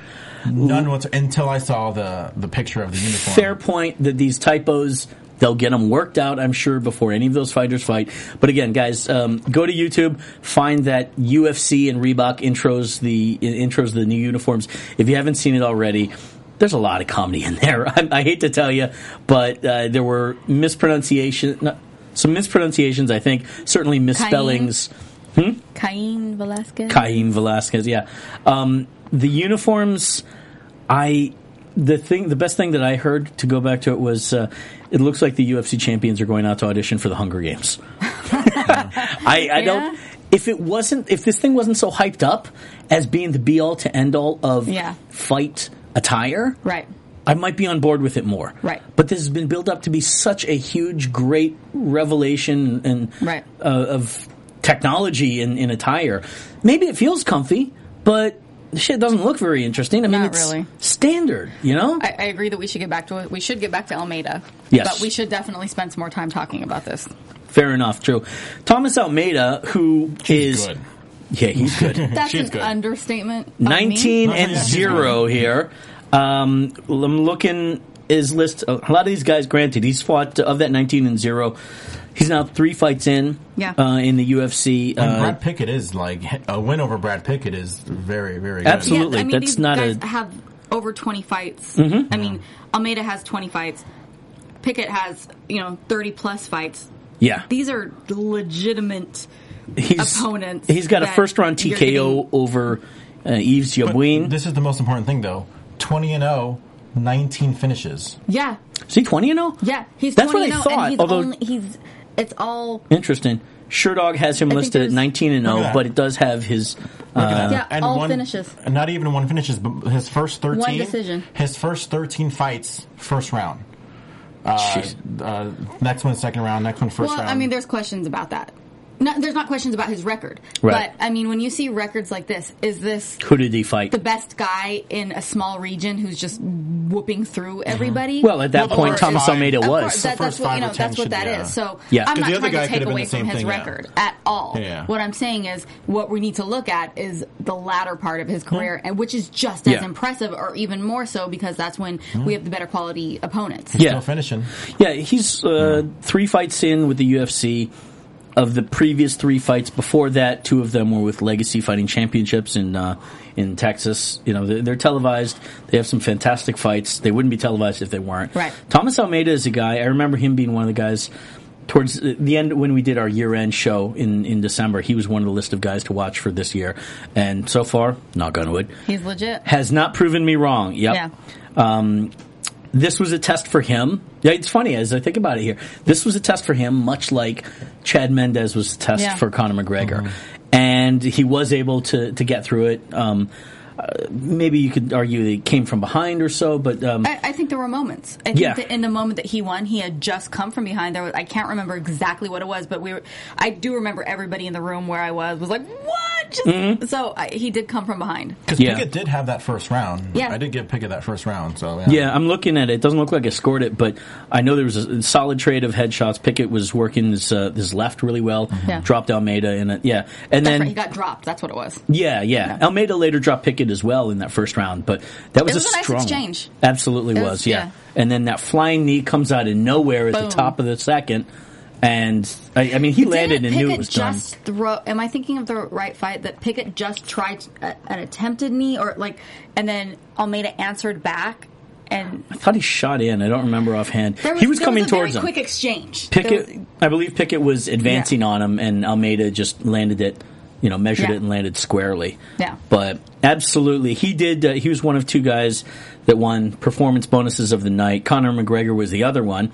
[SPEAKER 2] name.
[SPEAKER 3] None whatsoever until I saw the the picture of the uniform.
[SPEAKER 2] fair point that these typos they'll get them worked out i'm sure before any of those fighters fight but again guys um, go to youtube find that ufc and reebok intros the in- intros the new uniforms if you haven't seen it already there's a lot of comedy in there i, I hate to tell you but uh, there were mispronunciation no, some mispronunciations i think certainly misspellings
[SPEAKER 4] Cain Velasquez?
[SPEAKER 2] Cain Velasquez. Yeah, um, the uniforms. I the thing the best thing that I heard to go back to it was uh, it looks like the UFC champions are going out to audition for the Hunger Games. I, I
[SPEAKER 4] Yeah.
[SPEAKER 2] don't. If it wasn't, if this thing wasn't so hyped up as being the be all to end all of
[SPEAKER 4] Yeah.
[SPEAKER 2] fight attire,
[SPEAKER 4] Right.
[SPEAKER 2] I might be on board with it more.
[SPEAKER 4] Right.
[SPEAKER 2] But this has been built up to be such a huge, great revelation and
[SPEAKER 4] Right.
[SPEAKER 2] uh, of technology in, in attire. Maybe it feels comfy, but shit doesn't look very interesting. I mean,
[SPEAKER 4] Not
[SPEAKER 2] it's
[SPEAKER 4] really.
[SPEAKER 2] standard, you know?
[SPEAKER 4] I, I agree that we should get back to it. We should get back to Almeida.
[SPEAKER 2] Yes.
[SPEAKER 4] But we should definitely spend some more time talking about this.
[SPEAKER 2] Fair enough, true. Thomas Almeida, who is
[SPEAKER 3] Good.
[SPEAKER 2] yeah, he's good.
[SPEAKER 4] That's
[SPEAKER 3] She's
[SPEAKER 4] an
[SPEAKER 3] good.
[SPEAKER 4] understatement. of me.
[SPEAKER 2] 19
[SPEAKER 3] Not
[SPEAKER 2] and
[SPEAKER 3] yet.
[SPEAKER 2] 0 here. Um, I'm looking his list. A lot of these guys, granted, he's fought of that 19 and 0. He's now three fights in
[SPEAKER 4] Yeah.
[SPEAKER 2] uh, in the UFC.
[SPEAKER 3] And
[SPEAKER 2] Uh,
[SPEAKER 3] Brad Pickett is like a win over Brad Pickett is very very good.
[SPEAKER 2] Absolutely.
[SPEAKER 4] Yeah, I mean,
[SPEAKER 2] That's
[SPEAKER 4] these
[SPEAKER 2] not
[SPEAKER 4] guys
[SPEAKER 2] a- Mm-hmm.
[SPEAKER 4] have over 20 fights. I mean, Almeida has 20 fights. Pickett has, you know, 30 plus fights.
[SPEAKER 2] Yeah.
[SPEAKER 4] These are legitimate.
[SPEAKER 2] He's,
[SPEAKER 4] opponents
[SPEAKER 2] He's got a
[SPEAKER 4] that
[SPEAKER 2] first round
[SPEAKER 4] you're
[SPEAKER 2] TKO
[SPEAKER 4] getting-
[SPEAKER 2] over uh, Yves Yabuin.
[SPEAKER 3] This is the most important thing, though. 20 and 0, 19 finishes.
[SPEAKER 4] Yeah.
[SPEAKER 2] Is he 20 and oh? 0?
[SPEAKER 4] Yeah. He's
[SPEAKER 2] That's
[SPEAKER 4] 20
[SPEAKER 2] what I
[SPEAKER 4] and 0,
[SPEAKER 2] thought,
[SPEAKER 4] And he's,
[SPEAKER 2] although-
[SPEAKER 4] only, he's, it's all.
[SPEAKER 2] Interesting. Sherdog has him
[SPEAKER 4] I think
[SPEAKER 2] listed at
[SPEAKER 4] there's-
[SPEAKER 2] 19 and 0,
[SPEAKER 3] Look at that.
[SPEAKER 2] but it does have his.
[SPEAKER 3] Look at that.
[SPEAKER 4] Yeah, all finishes.
[SPEAKER 3] Not even one finishes, but his first 13.
[SPEAKER 4] One decision.
[SPEAKER 3] His first 13 fights, first round. Uh,
[SPEAKER 2] Jeez.
[SPEAKER 3] uh, next one, second round. Next one, first
[SPEAKER 4] Well,
[SPEAKER 3] round.
[SPEAKER 4] I mean, there's questions about that. No, there's not questions about his record.
[SPEAKER 2] Right.
[SPEAKER 4] But, I mean, when you see records like this, is this
[SPEAKER 2] Who did he fight?
[SPEAKER 4] the best guy in a small region who's just whooping through everybody?
[SPEAKER 2] Mm-hmm. Well, at that
[SPEAKER 3] Well,
[SPEAKER 2] point,
[SPEAKER 3] the
[SPEAKER 2] Thomas
[SPEAKER 3] first-
[SPEAKER 2] Almeida
[SPEAKER 4] Of
[SPEAKER 2] was.
[SPEAKER 4] course, that, that's
[SPEAKER 3] first
[SPEAKER 4] what
[SPEAKER 3] five
[SPEAKER 4] you
[SPEAKER 3] or
[SPEAKER 4] know.
[SPEAKER 3] ten
[SPEAKER 4] That's what
[SPEAKER 3] should-
[SPEAKER 4] that is.
[SPEAKER 3] yeah.
[SPEAKER 4] So
[SPEAKER 2] Yeah.
[SPEAKER 4] I'm
[SPEAKER 2] 'Cause
[SPEAKER 4] not
[SPEAKER 3] the other
[SPEAKER 4] trying
[SPEAKER 3] guy could
[SPEAKER 4] to take
[SPEAKER 3] have been
[SPEAKER 4] away
[SPEAKER 3] the same
[SPEAKER 4] from his
[SPEAKER 3] thing, yeah.
[SPEAKER 4] record at all.
[SPEAKER 3] Yeah.
[SPEAKER 4] What I'm saying is, what we need to look at is the latter part of his
[SPEAKER 3] Hmm.
[SPEAKER 4] career, and which is just
[SPEAKER 2] Yeah.
[SPEAKER 4] as impressive, or even more so, because that's when
[SPEAKER 3] Hmm.
[SPEAKER 4] we have the better quality opponents.
[SPEAKER 2] Yeah.
[SPEAKER 3] Still finishing.
[SPEAKER 2] Yeah, he's uh, three fights in with the UFC. Of the previous three fights before that, two of them were with Legacy Fighting Championships in uh, in Texas. You know, they're, they're televised. They have some fantastic fights. They wouldn't be televised if they weren't.
[SPEAKER 4] Right.
[SPEAKER 2] Thomas Almeida is a guy. I remember him being one of the guys towards the end when we did our year end show in in December. He was one of the list of guys to watch for this year, and so far, knock on wood,
[SPEAKER 4] He's legit.
[SPEAKER 2] has not proven me wrong. Yep.
[SPEAKER 4] Yeah.
[SPEAKER 2] Um, this was a test for him. Yeah, it's funny as I think about it here. This was a test for him, much like Chad Mendez was a test
[SPEAKER 4] Yeah.
[SPEAKER 2] for Conor McGregor, and he was able to to get through it. Um, uh, maybe you could argue that he came from behind or so, but um,
[SPEAKER 4] I, I think there were moments. I think
[SPEAKER 2] Yeah.
[SPEAKER 4] that in the moment that he won, he had just come from behind. There was I can't remember exactly what it was, but we were. I do remember everybody in the room where I was was like, "What?" Just,
[SPEAKER 2] Mm-hmm.
[SPEAKER 4] So I, he did come from behind.
[SPEAKER 3] Because
[SPEAKER 2] Yeah.
[SPEAKER 3] Pickett did have that first round.
[SPEAKER 4] Yeah.
[SPEAKER 3] I did give Pickett that first round. So
[SPEAKER 2] Yeah, I'm looking at it. It doesn't look like I scored it, but I know there was a solid trade of headshots. Pickett was working his, uh, his left really well.
[SPEAKER 4] Yeah.
[SPEAKER 2] Dropped Almeida in it. Yeah, and
[SPEAKER 4] Mm-hmm. That's
[SPEAKER 2] then
[SPEAKER 4] right. He got dropped. That's what it was.
[SPEAKER 2] yeah, yeah, Almeida later dropped Pickett as well in that first round, but that was,
[SPEAKER 4] It was a nice
[SPEAKER 2] strong
[SPEAKER 4] exchange.
[SPEAKER 2] Absolutely
[SPEAKER 4] It
[SPEAKER 2] was.
[SPEAKER 4] was-
[SPEAKER 2] yeah.
[SPEAKER 4] yeah.
[SPEAKER 2] and then that flying knee comes out of nowhere at the
[SPEAKER 4] Boom.
[SPEAKER 2] top of the second, and I, I mean he landed
[SPEAKER 4] Didn't
[SPEAKER 2] and knew
[SPEAKER 4] Pickett
[SPEAKER 2] it was done.
[SPEAKER 4] just Throw, am I thinking of the right fight that Pickett just tried a, an attempted knee or like, and then Almeida answered back, and
[SPEAKER 2] I thought he shot in. I don't remember offhand.
[SPEAKER 4] there was,
[SPEAKER 2] he was
[SPEAKER 4] there
[SPEAKER 2] coming
[SPEAKER 4] a
[SPEAKER 2] towards
[SPEAKER 4] very
[SPEAKER 2] him.
[SPEAKER 4] Quick exchange. There
[SPEAKER 2] Pickett,
[SPEAKER 4] was-
[SPEAKER 2] I believe Pickett was advancing
[SPEAKER 4] Yeah.
[SPEAKER 2] on him, and Almeida just landed it, you know, measured
[SPEAKER 4] Yeah.
[SPEAKER 2] it and landed squarely.
[SPEAKER 4] Yeah.
[SPEAKER 2] But absolutely, he did. Uh, he was one of two guys that won performance bonuses of the night. Conor McGregor was the other one.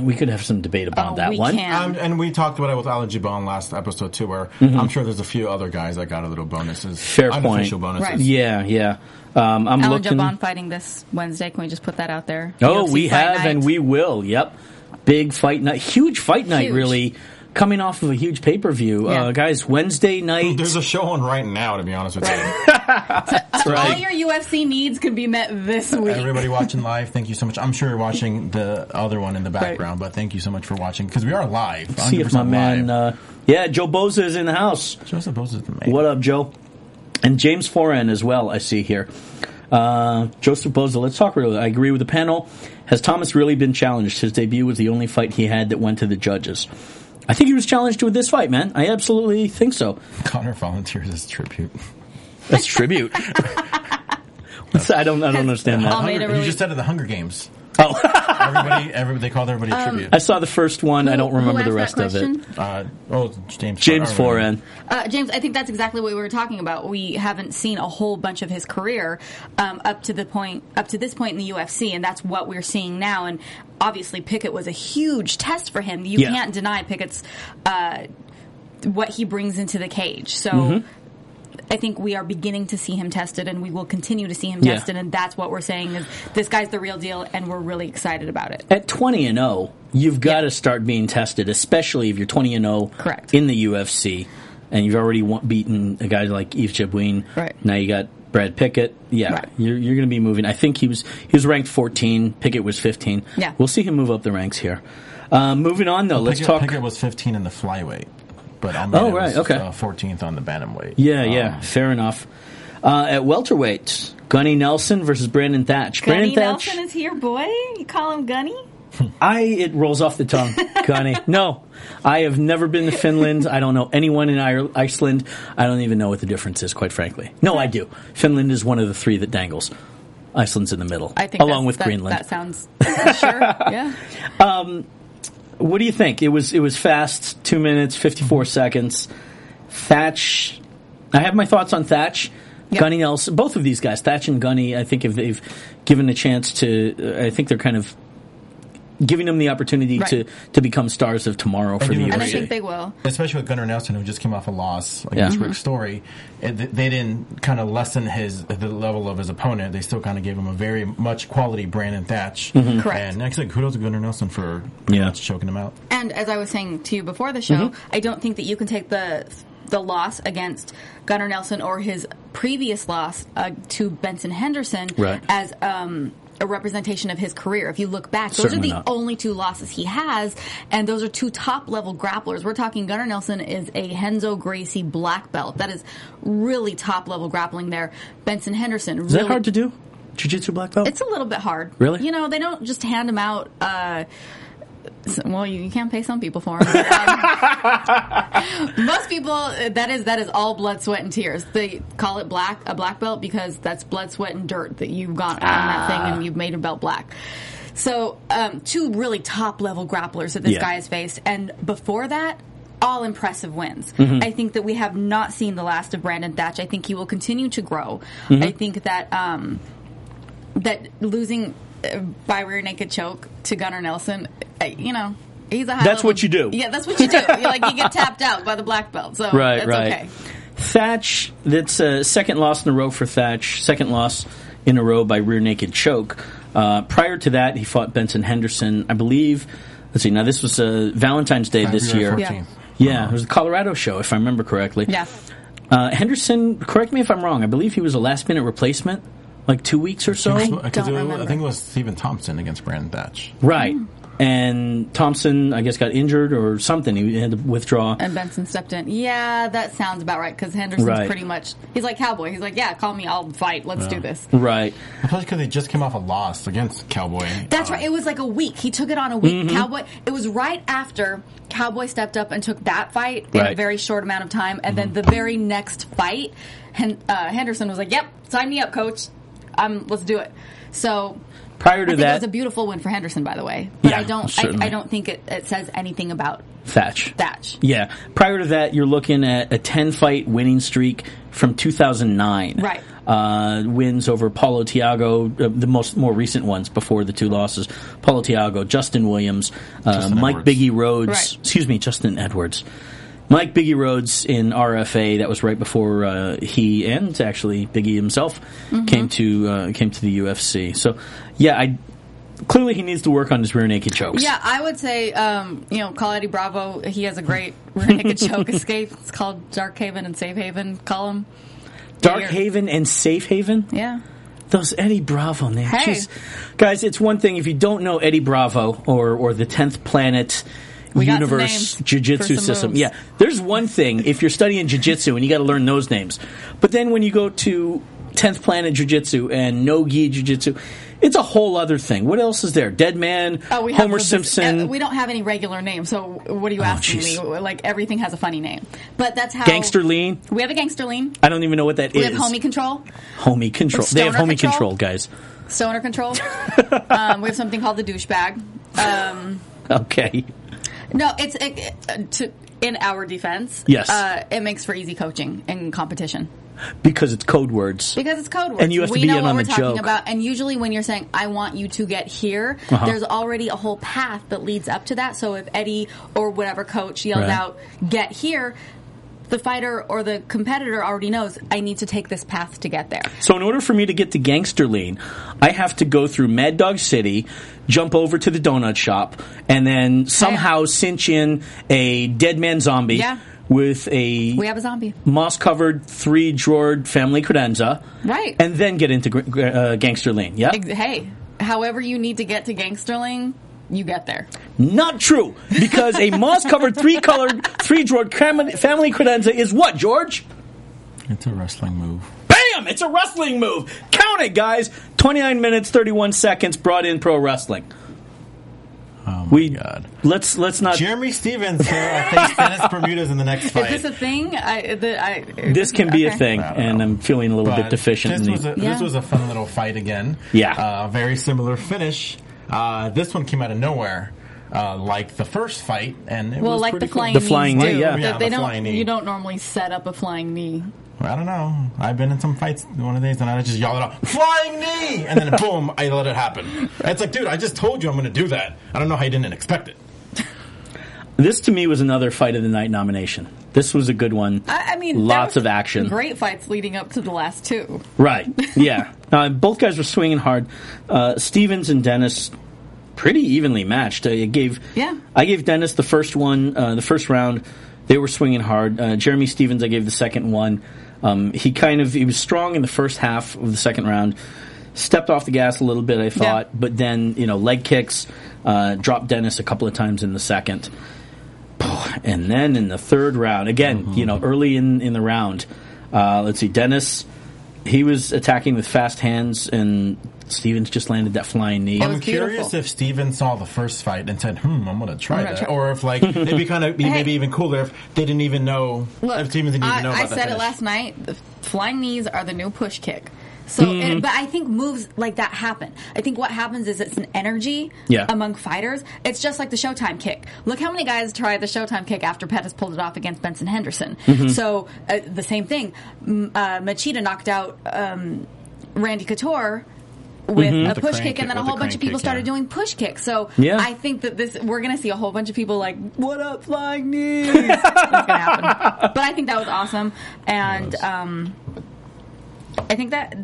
[SPEAKER 2] We could have some debate about
[SPEAKER 4] Oh,
[SPEAKER 2] that
[SPEAKER 4] we
[SPEAKER 2] one.
[SPEAKER 4] can.
[SPEAKER 3] Um, and we talked about it with Ali Jabon last episode too, where I'm sure there's a few other guys that got a little
[SPEAKER 2] Mm-hmm.
[SPEAKER 3] bonuses,
[SPEAKER 2] Fair point.
[SPEAKER 3] unofficial bonuses.
[SPEAKER 4] Right.
[SPEAKER 2] Yeah, yeah. Um, I'm
[SPEAKER 4] Alan
[SPEAKER 2] looking.
[SPEAKER 4] Jabon fighting this Wednesday. Can we just put that out there?
[SPEAKER 2] Oh,
[SPEAKER 4] UFC
[SPEAKER 2] we
[SPEAKER 4] fight
[SPEAKER 2] have
[SPEAKER 4] night.
[SPEAKER 2] and we will. Yep. Big fight night. Huge fight night,
[SPEAKER 4] Huge.
[SPEAKER 2] really. Coming off of a huge pay per view.
[SPEAKER 4] Yeah.
[SPEAKER 2] Uh, guys, Wednesday night.
[SPEAKER 3] There's a show on right now, to be honest with you.
[SPEAKER 4] all
[SPEAKER 2] right.
[SPEAKER 4] your UFC needs could be met this week.
[SPEAKER 3] Everybody watching live, thank you so much. I'm sure you're watching the other one in the background, but thank you so much for watching because we are live. 100%
[SPEAKER 2] see if my
[SPEAKER 3] live.
[SPEAKER 2] man. Uh, yeah, Joe Boza is in the house.
[SPEAKER 3] Joseph Bose is the man.
[SPEAKER 2] What up, Joe? And James Foran as well. I see here. Uh, Joseph Boza. Let's talk real. I agree with the panel. Has Thomas really been challenged? His debut was the only fight he had that went to the judges. I think he was challenged with this fight, man. I absolutely think so.
[SPEAKER 3] Connor volunteers as tribute.
[SPEAKER 2] That's tribute. I don't. Oh, I don't understand that.
[SPEAKER 4] I'll make it
[SPEAKER 3] Hunger-
[SPEAKER 4] really-
[SPEAKER 3] You just said at the Hunger Games.
[SPEAKER 2] Oh,
[SPEAKER 3] Everybody, every, they called everybody tribute.
[SPEAKER 2] I saw the first one. I don't
[SPEAKER 4] Who
[SPEAKER 2] remember the
[SPEAKER 4] asked
[SPEAKER 2] rest of
[SPEAKER 4] that
[SPEAKER 2] it.
[SPEAKER 4] question?
[SPEAKER 3] Uh, oh, James.
[SPEAKER 2] James
[SPEAKER 3] Far- I
[SPEAKER 2] Foran.
[SPEAKER 3] don't know.
[SPEAKER 4] Uh, James, I think that's exactly what we were talking about. We haven't seen a whole bunch of his career um, up to the point, up to this point in the UFC, and that's what we're seeing now. And obviously, Pickett was a huge test for him. You
[SPEAKER 2] Yeah.
[SPEAKER 4] can't deny Pickett's uh, what he brings into the cage. So.
[SPEAKER 2] Mm-hmm.
[SPEAKER 4] I think we are beginning to see him tested, and we will continue to see him
[SPEAKER 2] Yeah.
[SPEAKER 4] tested, and that's what we're saying is this guy's the real deal, and we're really excited about it.
[SPEAKER 2] at 20 and 0, you've got to start being tested, especially if you're 20 and 0
[SPEAKER 4] Correct.
[SPEAKER 2] in the UFC and you've already won- beaten a guy like Eve Jabouin.
[SPEAKER 4] Right.
[SPEAKER 2] Now you got Brad Pickett. Yeah.
[SPEAKER 4] Right.
[SPEAKER 2] You're, you're going to be moving. I think he was he was ranked 14, Pickett was 15.
[SPEAKER 4] Yeah.
[SPEAKER 2] We'll see him move up the ranks here. Uh, moving on though, let's
[SPEAKER 3] Pickett,
[SPEAKER 2] talk
[SPEAKER 3] Pickett was 15 in the flyweight, but Almeida
[SPEAKER 2] Oh, right,
[SPEAKER 3] was
[SPEAKER 2] okay.
[SPEAKER 3] uh, 14th on the bantamweight.
[SPEAKER 2] Yeah, yeah,
[SPEAKER 3] Um,
[SPEAKER 2] fair enough. Uh, at welterweight, Gunny Nelson versus Brandon Thatch.
[SPEAKER 4] Gunny
[SPEAKER 2] Brandon Thatch,
[SPEAKER 4] Nelson is here, boy. You call him Gunny?
[SPEAKER 2] I it rolls off the tongue, Connie. No, I have never been to Finland. I don't know anyone in Ire- Iceland. I don't even know what the difference is, quite frankly. No, I do. Finland is one of the three that dangles. Iceland's in the middle,
[SPEAKER 4] I think
[SPEAKER 2] along
[SPEAKER 4] that's-
[SPEAKER 2] with
[SPEAKER 4] that,
[SPEAKER 2] Greenland.
[SPEAKER 4] That sounds sure. Yeah.
[SPEAKER 2] what do you think? It was it was fast, two minutes fifty four
[SPEAKER 4] Mm-hmm.
[SPEAKER 2] seconds. Thatch, I have my thoughts on Thatch.
[SPEAKER 4] Yeah.
[SPEAKER 2] Gunny Nelson, both of these guys, Thatch and Gunny. I think if they've given a chance to, uh, I think they're kind of giving them the opportunity
[SPEAKER 4] Right.
[SPEAKER 2] to to become stars of tomorrow for
[SPEAKER 3] do
[SPEAKER 2] the
[SPEAKER 3] agree.
[SPEAKER 4] And
[SPEAKER 2] USA.
[SPEAKER 4] I think they will.
[SPEAKER 3] especially with Gunnar Nelson, who just came off a loss
[SPEAKER 2] Yeah.
[SPEAKER 3] against Rick Story, it, th- they didn't kind of lessen his the level of his opponent. They still kind of gave him a very much quality Brandon Thatch.
[SPEAKER 4] Correct.
[SPEAKER 3] And actually, kudos to Gunnar Nelson for
[SPEAKER 2] Yeah.
[SPEAKER 3] yeah. choking him out.
[SPEAKER 4] And as I was saying to you before the show,
[SPEAKER 2] Mm-hmm.
[SPEAKER 4] I don't think that you can take the the loss against Gunnar Nelson or his previous loss uh, to Benson Henderson
[SPEAKER 2] Right.
[SPEAKER 4] as um, a representation of his career. If you look back, those
[SPEAKER 2] Certainly
[SPEAKER 4] are the
[SPEAKER 2] not.
[SPEAKER 4] only two losses he has, and those are two top level grapplers. We're talking Gunnar Nelson is a Henzo Gracie black belt. That is really top level grappling there. Benson Henderson
[SPEAKER 2] Is that hard to do? Jiu Jitsu black belt.
[SPEAKER 4] it's a little bit hard.
[SPEAKER 2] Really?
[SPEAKER 4] You know, they don't just hand them out. Uh, s- well, you, you can pay some people for them. most people, uh, that is that is all blood, sweat, and tears. They call it black a black belt because that's blood, sweat, and dirt that you've got on that
[SPEAKER 2] Ah.
[SPEAKER 4] thing and you've made your belt black. So, um, two really top level grapplers that this
[SPEAKER 2] Yeah.
[SPEAKER 4] guy has faced, and before that. All impressive wins.
[SPEAKER 2] Mm-hmm.
[SPEAKER 4] I think that we have not seen the last of Brandon Thatch. I think he will continue to grow.
[SPEAKER 2] Mm-hmm.
[SPEAKER 4] I think that um, that losing uh, by rear naked choke to Gunnar Nelson, uh, you know, he's a high
[SPEAKER 2] That's
[SPEAKER 4] level-
[SPEAKER 2] what you do.
[SPEAKER 4] Yeah, that's what you do. You're like you get tapped out by the black belt, so
[SPEAKER 2] right,
[SPEAKER 4] that's
[SPEAKER 2] right.
[SPEAKER 4] okay.
[SPEAKER 2] Thatch, that's a second loss in a row for Thatch, second loss in a row by rear naked choke. Uh, prior to that, he fought Benson Henderson, I believe. Let's see, now this was uh, Valentine's Day this year.
[SPEAKER 3] February
[SPEAKER 4] Yeah.
[SPEAKER 3] 14th.
[SPEAKER 2] Yeah, it was the Colorado show, if I remember correctly.
[SPEAKER 4] Yeah.
[SPEAKER 2] Uh, Henderson, correct me if I'm wrong, I believe he was a last minute replacement, like two weeks or so.
[SPEAKER 3] Because it was-
[SPEAKER 4] remember.
[SPEAKER 3] I think it was Stephen Thompson against Brandon Thatch.
[SPEAKER 2] Right. And Thompson, I guess, got injured or something. He had to withdraw.
[SPEAKER 4] And Benson stepped in. Yeah, that sounds about right because Henderson's
[SPEAKER 2] Right.
[SPEAKER 4] pretty much he's like cowboy. He's like, yeah, call me, I'll fight. Let's do this.
[SPEAKER 2] Right.
[SPEAKER 3] Especially because he just came off a loss against Cowboy.
[SPEAKER 4] That's right. It was like a week. He took it on a week.
[SPEAKER 2] Mm-hmm.
[SPEAKER 4] Cowboy. It was right after Cowboy stepped up and took that fight in a
[SPEAKER 2] Right. Mm-hmm.
[SPEAKER 4] very short amount of time, and then the very next fight, Hen- uh, Henderson was like, "Yep, sign me up, coach. Um, let's do it." So
[SPEAKER 2] Prior
[SPEAKER 4] I
[SPEAKER 2] to
[SPEAKER 4] think it
[SPEAKER 2] that,
[SPEAKER 4] was a beautiful win for Henderson, by the way. But I
[SPEAKER 2] Yeah,
[SPEAKER 4] don't. I,
[SPEAKER 2] certainly.
[SPEAKER 4] I don't think it, it says anything about
[SPEAKER 2] Thatch.
[SPEAKER 4] Thatch.
[SPEAKER 2] Yeah. Prior to that, you're looking at a 10 fight winning streak from 2009.
[SPEAKER 4] Right.
[SPEAKER 2] Uh, wins over Paulo Tiago, uh, the most more recent ones before the two losses. Paulo Tiago, Justin Williams, uh,
[SPEAKER 3] Justin
[SPEAKER 2] Mike
[SPEAKER 3] Edwards.
[SPEAKER 2] Biggie Rhodes.
[SPEAKER 4] Right.
[SPEAKER 2] Excuse me, Justin Edwards. Mike Biggie Rhodes in RFA. That was right before uh, he and actually Biggie himself
[SPEAKER 4] Mm-hmm.
[SPEAKER 2] came to uh, came to the UFC. So, yeah, I clearly he needs to work on his rear naked chokes.
[SPEAKER 4] Yeah, I would say, um, you know, call Eddie Bravo. He has a great naked choke escape. It's called Dark Haven and Safe Haven. Call him.
[SPEAKER 2] Dark Haven and Safe Haven.
[SPEAKER 4] Yeah.
[SPEAKER 2] Those Eddie Bravo names.
[SPEAKER 4] Hey.
[SPEAKER 2] Jeez. Guys, it's one thing if you don't know Eddie Bravo or, or the 10th Planet
[SPEAKER 4] got some
[SPEAKER 2] Universe
[SPEAKER 4] names
[SPEAKER 2] Jiu Jitsu
[SPEAKER 4] for some
[SPEAKER 2] system.
[SPEAKER 4] moves.
[SPEAKER 2] Yeah, there's one thing if you're studying Jiu Jitsu and you got to learn those names. But then when you go to 10th Planet Jiu Jitsu and No Gi Jiu Jitsu, it's a whole other thing. What else is there? Dead Man,
[SPEAKER 4] Oh, we have
[SPEAKER 2] Homer
[SPEAKER 4] the-
[SPEAKER 2] Simpson. Oh,
[SPEAKER 4] uh, we don't have any regular names, so what are you asking
[SPEAKER 2] jeez.
[SPEAKER 4] me? Like everything has a funny name, but that's how
[SPEAKER 2] Gangster Lean.
[SPEAKER 4] We have a gangster lean.
[SPEAKER 2] I don't even know what that is.
[SPEAKER 4] We have homie control,
[SPEAKER 2] Homie control. They have
[SPEAKER 4] Stoner
[SPEAKER 2] homie control,
[SPEAKER 4] control.
[SPEAKER 2] guys.
[SPEAKER 4] stoner control. um, we have something called the douchebag. Um,
[SPEAKER 2] Okay.
[SPEAKER 4] no, it's it, it- to, in our defense.
[SPEAKER 2] Yes.
[SPEAKER 4] uh, it makes for easy coaching and competition
[SPEAKER 2] Because it's code words.
[SPEAKER 4] because it's code words.
[SPEAKER 2] And you have to
[SPEAKER 4] we
[SPEAKER 2] be
[SPEAKER 4] know
[SPEAKER 2] in
[SPEAKER 4] what
[SPEAKER 2] on
[SPEAKER 4] we're
[SPEAKER 2] the
[SPEAKER 4] talking
[SPEAKER 2] joke.
[SPEAKER 4] about. And usually, when you're saying "I want you to get here,"
[SPEAKER 2] Uh-huh.
[SPEAKER 4] there's already a whole path that leads up to that. So if Eddie or whatever coach yelled
[SPEAKER 2] Right.
[SPEAKER 4] out "Get here," the fighter or the competitor already knows I need to take this path to get there.
[SPEAKER 2] So in order for me to get to Gangster Lean, I have to go through Mad Dog City, jump over to the donut shop, and then somehow cinch in a dead man zombie
[SPEAKER 4] Yeah.
[SPEAKER 2] with a
[SPEAKER 4] We have a zombie.
[SPEAKER 2] moss covered three drawered family credenza,
[SPEAKER 4] Right.
[SPEAKER 2] And then get into gr- gr- uh, Gangster Lean. Yeah,
[SPEAKER 4] Ex- Hey, however you need to get to gangsterling, you get there.
[SPEAKER 2] not true because a moss covered three colored three drawered cram- family credenza is what George.
[SPEAKER 3] It's a wrestling move.
[SPEAKER 2] Bam! It's a wrestling move. Count it, guys. Twenty nine minutes thirty one seconds brought in pro wrestling.
[SPEAKER 3] Oh,
[SPEAKER 2] we
[SPEAKER 3] God.
[SPEAKER 2] let's let's not.
[SPEAKER 3] Jeremy Stevens here, I think Dennis Bermuda's in the next
[SPEAKER 4] Is
[SPEAKER 3] fight.
[SPEAKER 4] this a thing? I, the, I,
[SPEAKER 2] This can be
[SPEAKER 4] okay.
[SPEAKER 2] a thing,
[SPEAKER 3] I don't
[SPEAKER 2] and
[SPEAKER 3] know.
[SPEAKER 2] I'm feeling a little
[SPEAKER 3] But
[SPEAKER 2] bit deficient.
[SPEAKER 3] This
[SPEAKER 2] in
[SPEAKER 3] was,
[SPEAKER 2] the,
[SPEAKER 3] a,
[SPEAKER 4] Yeah.
[SPEAKER 3] this was a fun little fight again.
[SPEAKER 2] Yeah.
[SPEAKER 3] Uh, very similar finish. Uh, this one came out of nowhere, uh, like the first fight, and it
[SPEAKER 4] Well,
[SPEAKER 3] was
[SPEAKER 4] like
[SPEAKER 3] pretty
[SPEAKER 4] the flying
[SPEAKER 2] The
[SPEAKER 4] knees
[SPEAKER 2] flying
[SPEAKER 4] do.
[SPEAKER 2] knee, yeah.
[SPEAKER 4] They-
[SPEAKER 3] Yeah,
[SPEAKER 4] they
[SPEAKER 3] the flying
[SPEAKER 4] don't.
[SPEAKER 3] knee.
[SPEAKER 4] You don't normally set up a flying knee.
[SPEAKER 3] Cool. I don't know. I've been in some fights one of these, and I just yell it out, "Flying knee!" and then boom, I let it happen. It's like, dude, I just told you I'm going to do that. I don't know how you didn't expect it.
[SPEAKER 2] this to me was another fight of the night nomination. This was a good one.
[SPEAKER 4] I, I mean, there
[SPEAKER 2] lots
[SPEAKER 4] were
[SPEAKER 2] of action.
[SPEAKER 4] Great fights leading up to the last two.
[SPEAKER 2] Right. Yeah. uh, both guys were swinging hard. Uh, Stevens and Dennis pretty evenly matched. Uh, it gave
[SPEAKER 4] Yeah.
[SPEAKER 2] I gave Dennis the first one, uh, the first round. They were swinging hard. Uh, Jeremy Stevens, I gave the second one. Um, he kind of he was strong in the first half of the second round. Stepped off the gas a little bit, I thought, but then you know leg kicks, uh, dropped Dennis a couple of times in the second, and then in the third round again, you know, early in in the round, uh, let's see, Dennis he was attacking with fast hands, and Stevens just landed that flying knee.
[SPEAKER 4] was
[SPEAKER 3] I'm curious
[SPEAKER 4] beautiful.
[SPEAKER 3] if Steven saw the first fight and said, "Hmm, I'm gonna try
[SPEAKER 4] I'm gonna
[SPEAKER 3] that,"
[SPEAKER 4] try-
[SPEAKER 3] or if like it'd be kind of be
[SPEAKER 4] Hey.
[SPEAKER 3] maybe even cooler if they didn't even know if Stevens didn't even
[SPEAKER 4] I,
[SPEAKER 3] know about
[SPEAKER 4] I
[SPEAKER 3] that
[SPEAKER 4] said it
[SPEAKER 3] finish.
[SPEAKER 4] last night. The flying knees are the new push kick. So, and, but I think moves like that happen. I think what happens is it's an energy
[SPEAKER 2] Yeah.
[SPEAKER 4] among fighters. It's just like the Showtime kick. Look how many guys tried the Showtime kick after Pettis pulled it off against Benson Henderson. So uh, the same thing. M- Uh, Machida knocked out um, Randy Couture with a
[SPEAKER 3] the
[SPEAKER 4] push
[SPEAKER 3] crane
[SPEAKER 4] kick,
[SPEAKER 3] kick,
[SPEAKER 4] and then a
[SPEAKER 3] with the
[SPEAKER 4] whole bunch
[SPEAKER 3] crane
[SPEAKER 4] of people
[SPEAKER 3] kick,
[SPEAKER 4] started
[SPEAKER 3] yeah.
[SPEAKER 4] doing push kicks. So
[SPEAKER 2] Yeah.
[SPEAKER 4] I think that this we're going to see a whole bunch of people like, "What up, flying knees?" That's going to happen. But I think that was awesome, and um, I think that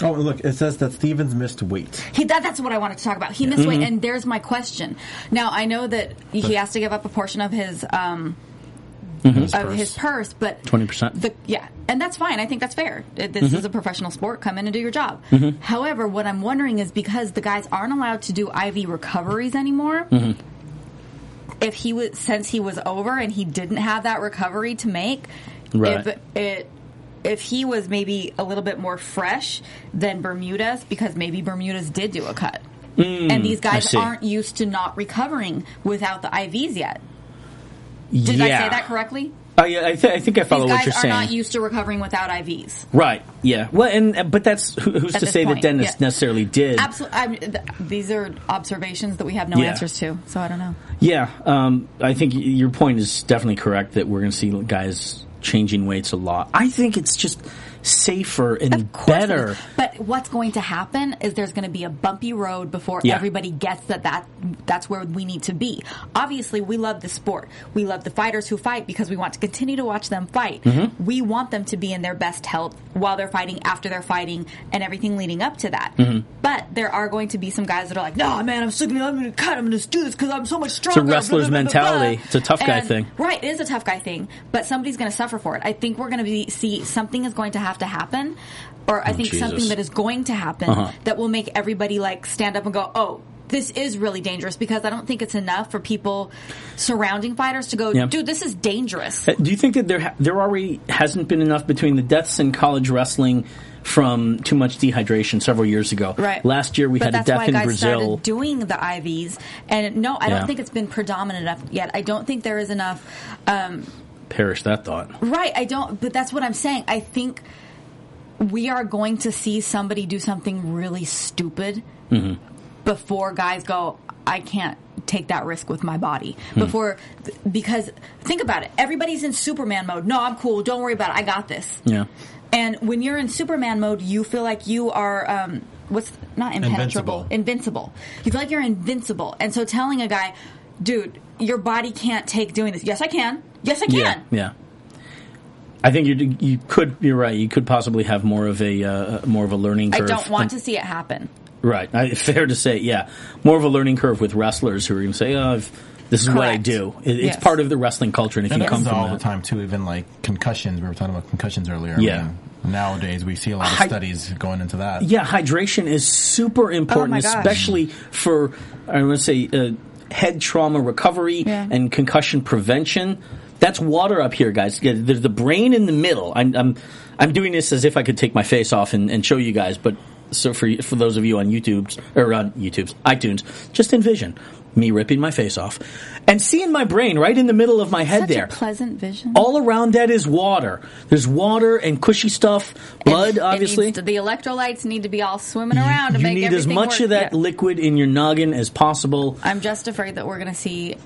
[SPEAKER 5] Oh, look, it says that Stevens missed weight.
[SPEAKER 4] he that, that's what I wanted to talk about. He missed weight, and there's my question. Now I know that he has to give up a portion of his um,
[SPEAKER 3] His
[SPEAKER 4] of his purse, but
[SPEAKER 2] 20%.
[SPEAKER 4] the- Yeah, and that's fine. I think that's fair. Uh, This is a professional sport. Come in and do your job. However, what I'm wondering is because the guys aren't allowed to do IV recoveries anymore. If he was since he was over and he didn't have that recovery to make,
[SPEAKER 2] Right.
[SPEAKER 4] if it if he was maybe a little bit more fresh than Bermuda's because maybe Bermuda's did do a cut. and these guys
[SPEAKER 2] Hmm, see.
[SPEAKER 4] aren't used to not recovering without the IVs yet. Did
[SPEAKER 2] yeah. Oh,
[SPEAKER 4] I say that correctly?
[SPEAKER 2] I, I, th- I think I follow
[SPEAKER 4] These
[SPEAKER 2] what
[SPEAKER 4] guys
[SPEAKER 2] you're
[SPEAKER 4] are
[SPEAKER 2] saying.
[SPEAKER 4] not used to recovering without IVs.
[SPEAKER 2] right. Yeah. Well, and uh, but that's who, who's
[SPEAKER 4] At
[SPEAKER 2] to
[SPEAKER 4] this
[SPEAKER 2] say that
[SPEAKER 4] point,
[SPEAKER 2] Dennis
[SPEAKER 4] yeah.
[SPEAKER 2] necessarily did.
[SPEAKER 4] Absolutely. I mean, th- these are observations that we have no
[SPEAKER 2] Yeah.
[SPEAKER 4] answers to, so I don't know.
[SPEAKER 2] Yeah, um, I think y- your point is definitely correct that we're going to see guys changing weights a lot. I think it's just safer and
[SPEAKER 4] Of course it
[SPEAKER 2] better.
[SPEAKER 4] is. But what's going to happen is there's going to be a bumpy road before
[SPEAKER 2] Yeah.
[SPEAKER 4] everybody gets that, that that's where we need to be. Obviously, we love the sport. We love the fighters who fight because we want to continue to watch them fight.
[SPEAKER 2] Mm-hmm.
[SPEAKER 4] We want them to be in their best health while they're fighting, after they're fighting, and everything leading up to that.
[SPEAKER 2] Mm-hmm.
[SPEAKER 4] But there are going to be some guys that are like, no, man, I'm sick of it. I'm going to cut. I'm going to do this because I'm so much stronger. blah,
[SPEAKER 2] wrestler's
[SPEAKER 4] blah, blah, blah,
[SPEAKER 2] mentality.
[SPEAKER 4] blah."
[SPEAKER 2] It's a tough guy
[SPEAKER 4] Uh, And-
[SPEAKER 2] thing.
[SPEAKER 4] Right, it is a tough guy thing, but somebody's going to suffer for it. I think we're going to be see something is going to have to happen, or I think
[SPEAKER 2] Oh, Jesus. Uh-huh.
[SPEAKER 4] something that is going to happen that will make everybody like stand up and go, "Oh, this is really dangerous." Because I don't think it's enough for people surrounding fighters to go,
[SPEAKER 2] Yeah.
[SPEAKER 4] "Dude, this is dangerous."
[SPEAKER 2] Uh, Do you think that there ha- there already hasn't been enough between the deaths in college wrestling from too much dehydration several years ago?
[SPEAKER 4] Right.
[SPEAKER 2] Last year we
[SPEAKER 4] but
[SPEAKER 2] had a
[SPEAKER 4] that's
[SPEAKER 2] death
[SPEAKER 4] why
[SPEAKER 2] in
[SPEAKER 4] guys
[SPEAKER 2] Brazil.
[SPEAKER 4] started doing the IVs, and no, I
[SPEAKER 2] Yeah.
[SPEAKER 4] don't think it's been predominant enough yet. I don't think there is enough. Um,
[SPEAKER 2] Perish that thought.
[SPEAKER 4] Right. I don't, but that's what I'm saying. I think we are going to see somebody do something really stupid
[SPEAKER 2] Mm-hmm.
[SPEAKER 4] before guys go, I can't take that risk with my body.
[SPEAKER 2] Hmm.
[SPEAKER 4] Before, because think about it. Everybody's in Superman mode. No, I'm cool. Don't worry about it. I got this.
[SPEAKER 2] Yeah.
[SPEAKER 4] And when you're in Superman mode, you feel like you are um, what's not impenetrable,
[SPEAKER 3] Invincible.
[SPEAKER 4] invincible. You feel like you're invincible. And so telling a guy, dude, your body can't take doing this. Yes, I can. Yes, I can.
[SPEAKER 2] Yeah, yeah. I think you you could you're right. You could possibly have more of a uh, more of a learning
[SPEAKER 4] I
[SPEAKER 2] curve.
[SPEAKER 4] don't want to see it happen.
[SPEAKER 2] Right, I, fair to say, yeah, more of a learning curve with wrestlers who are going to say, "Oh, I've, this is what I
[SPEAKER 4] Correct.
[SPEAKER 2] do." It, it's
[SPEAKER 4] Yes.
[SPEAKER 2] part of the wrestling culture, and if
[SPEAKER 3] And
[SPEAKER 2] you
[SPEAKER 3] it
[SPEAKER 2] come
[SPEAKER 3] comes
[SPEAKER 2] from
[SPEAKER 3] all
[SPEAKER 2] that,
[SPEAKER 3] the time too. Even like concussions, we were talking about concussions earlier. I
[SPEAKER 2] Yeah.
[SPEAKER 3] mean, nowadays we see a lot of
[SPEAKER 2] Hy-
[SPEAKER 3] studies going into that.
[SPEAKER 2] yeah, hydration is super important,
[SPEAKER 4] Oh my gosh.
[SPEAKER 2] especially for I want to say uh, head trauma recovery
[SPEAKER 4] Yeah.
[SPEAKER 2] and concussion prevention. That's water up here, guys. Yeah, There's the brain in the middle. I'm I'm, I'm doing this as if I could take my face off and, and show you guys, but so for for those of you on YouTube or on YouTube's iTunes, just envision me ripping my face off, and seeing my brain right in the middle of my head
[SPEAKER 4] Such
[SPEAKER 2] there.
[SPEAKER 4] a pleasant vision.
[SPEAKER 2] all around that is water. There's water and cushy stuff, blood,
[SPEAKER 4] It
[SPEAKER 2] obviously.
[SPEAKER 4] needs to- the electrolytes need to be all swimming around to
[SPEAKER 2] you
[SPEAKER 4] make
[SPEAKER 2] need as
[SPEAKER 4] everything
[SPEAKER 2] much
[SPEAKER 4] work.
[SPEAKER 2] of that
[SPEAKER 4] Yeah.
[SPEAKER 2] liquid in your noggin as possible.
[SPEAKER 4] I'm just afraid that we're going to see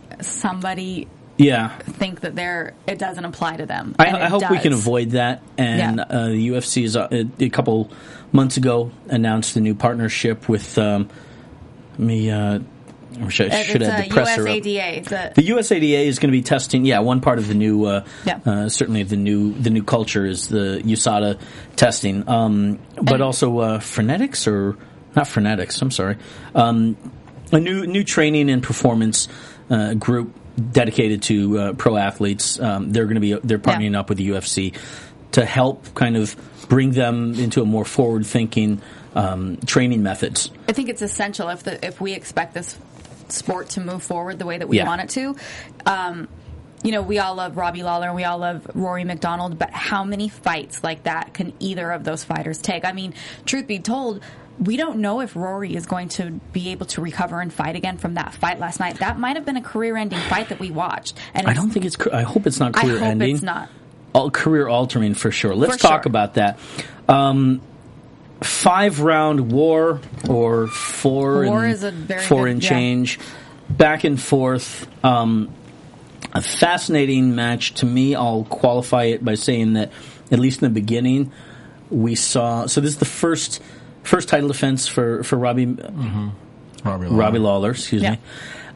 [SPEAKER 4] somebody
[SPEAKER 2] Yeah.
[SPEAKER 4] think that they're it doesn't apply to them.
[SPEAKER 2] I,
[SPEAKER 4] and
[SPEAKER 2] I
[SPEAKER 4] it
[SPEAKER 2] hope we can
[SPEAKER 4] does.
[SPEAKER 2] avoid that. And
[SPEAKER 4] Yeah.
[SPEAKER 2] uh, the UFC is uh, a, a couple months ago announced a new partnership with um, let me. Uh, I wish I
[SPEAKER 4] It's
[SPEAKER 2] should have the
[SPEAKER 4] a
[SPEAKER 2] presser up.
[SPEAKER 4] USADA. The,
[SPEAKER 2] The USADA is going to be testing. Yeah, one part of the new, uh,
[SPEAKER 4] Yeah.
[SPEAKER 2] uh, certainly the new, the new culture is the USADA testing, um, but also uh, frenetics or not frenetics. I'm sorry, um, a new new training and performance uh, group dedicated to uh, pro athletes. Um, they're going to be they're partnering
[SPEAKER 4] Yeah.
[SPEAKER 2] up with the UFC to help kind of bring them into a more forward thinking um, training methods.
[SPEAKER 4] I think it's essential if the if we expect this sport to move forward the way that we
[SPEAKER 2] Yeah.
[SPEAKER 4] want it to. Um, you know, we all love Robbie Lawler and we all love Rory McDonald, but how many fights like that can either of those fighters take? I mean, truth be told, we don't know if Rory is going to be able to recover and fight again from that fight last night. That might have been a career-ending fight that we watched. And
[SPEAKER 2] I don't think it's. cr- I hope it's not
[SPEAKER 4] I
[SPEAKER 2] career
[SPEAKER 4] hope
[SPEAKER 2] ending.
[SPEAKER 4] it's not.
[SPEAKER 2] all career altering for sure. Let's
[SPEAKER 4] For
[SPEAKER 2] talk
[SPEAKER 4] sure.
[SPEAKER 2] about that. Um, five round war or four
[SPEAKER 4] War
[SPEAKER 2] and
[SPEAKER 4] is a very
[SPEAKER 2] four
[SPEAKER 4] good-
[SPEAKER 2] and
[SPEAKER 4] yeah.
[SPEAKER 2] change, back and forth. Um, a fascinating match to me. I'll qualify it by saying that at least in the beginning, we saw. So this is the first first title defense for for Robbie
[SPEAKER 3] Robbie
[SPEAKER 2] Robbie Lawler, excuse
[SPEAKER 4] Yeah.
[SPEAKER 2] me.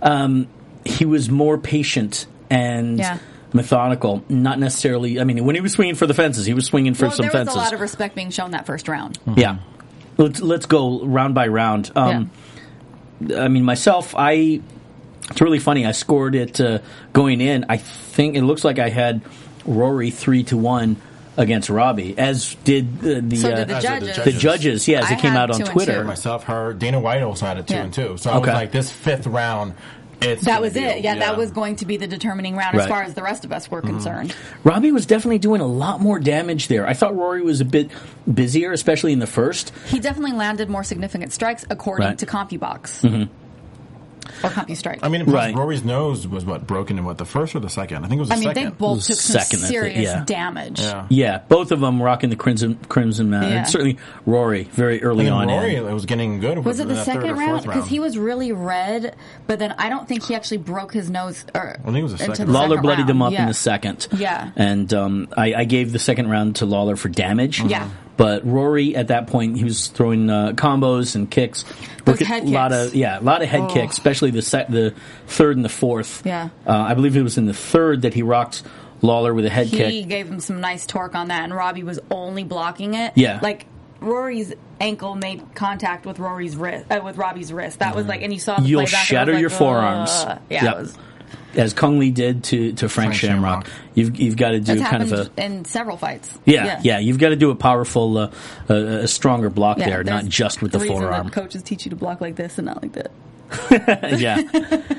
[SPEAKER 2] Um, he was more patient and
[SPEAKER 4] Yeah.
[SPEAKER 2] methodical. Not necessarily. I mean, when he was swinging for the fences, he was swinging for
[SPEAKER 4] Well,
[SPEAKER 2] some
[SPEAKER 4] there was
[SPEAKER 2] fences.
[SPEAKER 4] a lot of respect being shown that first round.
[SPEAKER 2] yeah. Let's let's go round by round. Um, I mean, myself, I. It's really funny. I scored it uh, going in. I think it looks like I had Rory three to one against Robbie, as did uh, the
[SPEAKER 4] So
[SPEAKER 2] uh,
[SPEAKER 4] did the
[SPEAKER 3] As did the
[SPEAKER 4] judges.
[SPEAKER 2] the judges. Yeah, as
[SPEAKER 4] I
[SPEAKER 2] it came
[SPEAKER 4] had
[SPEAKER 2] out on
[SPEAKER 4] two and
[SPEAKER 2] Twitter.
[SPEAKER 4] two.
[SPEAKER 3] myself, her, Dana White also had it two
[SPEAKER 4] Yeah.
[SPEAKER 3] and two. So I
[SPEAKER 2] Okay.
[SPEAKER 3] was like, this fifth round, it's
[SPEAKER 4] That
[SPEAKER 3] gonna
[SPEAKER 4] was
[SPEAKER 3] be-
[SPEAKER 4] it. Yeah, that was going to be the determining round
[SPEAKER 2] Right. Mm-hmm.
[SPEAKER 4] as far as the rest of us were concerned.
[SPEAKER 2] Robbie was definitely doing a lot more damage there. I thought Rory was a bit busier, especially in the first.
[SPEAKER 4] He definitely landed more significant strikes according
[SPEAKER 2] Right. Mm-hmm.
[SPEAKER 4] to CompuBox. Or CompuStrike.
[SPEAKER 3] I mean, plus
[SPEAKER 2] Right.
[SPEAKER 3] Rory's nose was what broken in what the first or the second? I think it was the
[SPEAKER 4] I mean, they
[SPEAKER 3] second.
[SPEAKER 4] both took some
[SPEAKER 2] Second, I think,
[SPEAKER 4] serious
[SPEAKER 2] yeah.
[SPEAKER 4] damage.
[SPEAKER 3] yeah.
[SPEAKER 2] Yeah, both of them rocking the crimson crimson mat.
[SPEAKER 4] Yeah.
[SPEAKER 2] And certainly Rory very early
[SPEAKER 3] And
[SPEAKER 2] on.
[SPEAKER 3] Rory
[SPEAKER 2] in.
[SPEAKER 3] it was getting good.
[SPEAKER 4] Was it the
[SPEAKER 3] third
[SPEAKER 4] second
[SPEAKER 3] or
[SPEAKER 4] round?
[SPEAKER 3] fourth
[SPEAKER 4] Because he was really red, but then I don't think he actually broke his nose. Or
[SPEAKER 3] I think it was the
[SPEAKER 4] into
[SPEAKER 3] second round.
[SPEAKER 2] Lawler
[SPEAKER 4] second
[SPEAKER 2] bloodied them
[SPEAKER 4] round.
[SPEAKER 2] up
[SPEAKER 4] Yeah.
[SPEAKER 2] in the second.
[SPEAKER 4] Yeah.
[SPEAKER 2] and um, I, I gave the second round to Lawler for damage.
[SPEAKER 4] Yeah.
[SPEAKER 2] but Rory at that point he was throwing uh, combos and kicks.
[SPEAKER 4] Those
[SPEAKER 2] Look at
[SPEAKER 4] head
[SPEAKER 2] a lot
[SPEAKER 4] kicks.
[SPEAKER 2] of yeah, a lot of head
[SPEAKER 4] Oh.
[SPEAKER 2] kicks, especially the sec- the third and the fourth.
[SPEAKER 4] Yeah.
[SPEAKER 2] uh, I believe it was in the third that he rocked Lawler with a head
[SPEAKER 4] He
[SPEAKER 2] kick.
[SPEAKER 4] gave him some nice torque on that, and Robbie was only blocking it.
[SPEAKER 2] Yeah.
[SPEAKER 4] like Rory's ankle made contact with Rory's wrist, uh, with Robbie's wrist. That was like, and you saw the
[SPEAKER 2] Mm-hmm. You'll
[SPEAKER 4] playback, and I was
[SPEAKER 2] shatter
[SPEAKER 4] like,
[SPEAKER 2] your forearms.
[SPEAKER 4] "Ugh." Yeah,
[SPEAKER 2] Yep.
[SPEAKER 4] it was,
[SPEAKER 2] as Kung Lee did to, to Frank,
[SPEAKER 3] Frank
[SPEAKER 2] Shamrock.
[SPEAKER 3] Shamrock.
[SPEAKER 2] You've you've got to do
[SPEAKER 4] it's
[SPEAKER 2] kind
[SPEAKER 4] happened
[SPEAKER 2] of a
[SPEAKER 4] in several fights.
[SPEAKER 2] yeah, yeah You've got to do a powerful, uh, uh, a stronger block
[SPEAKER 4] Yeah,
[SPEAKER 2] there,
[SPEAKER 4] there's
[SPEAKER 2] not just with the
[SPEAKER 4] a reason
[SPEAKER 2] forearm.
[SPEAKER 4] That coaches teach you to block like this and not like that.
[SPEAKER 2] yeah.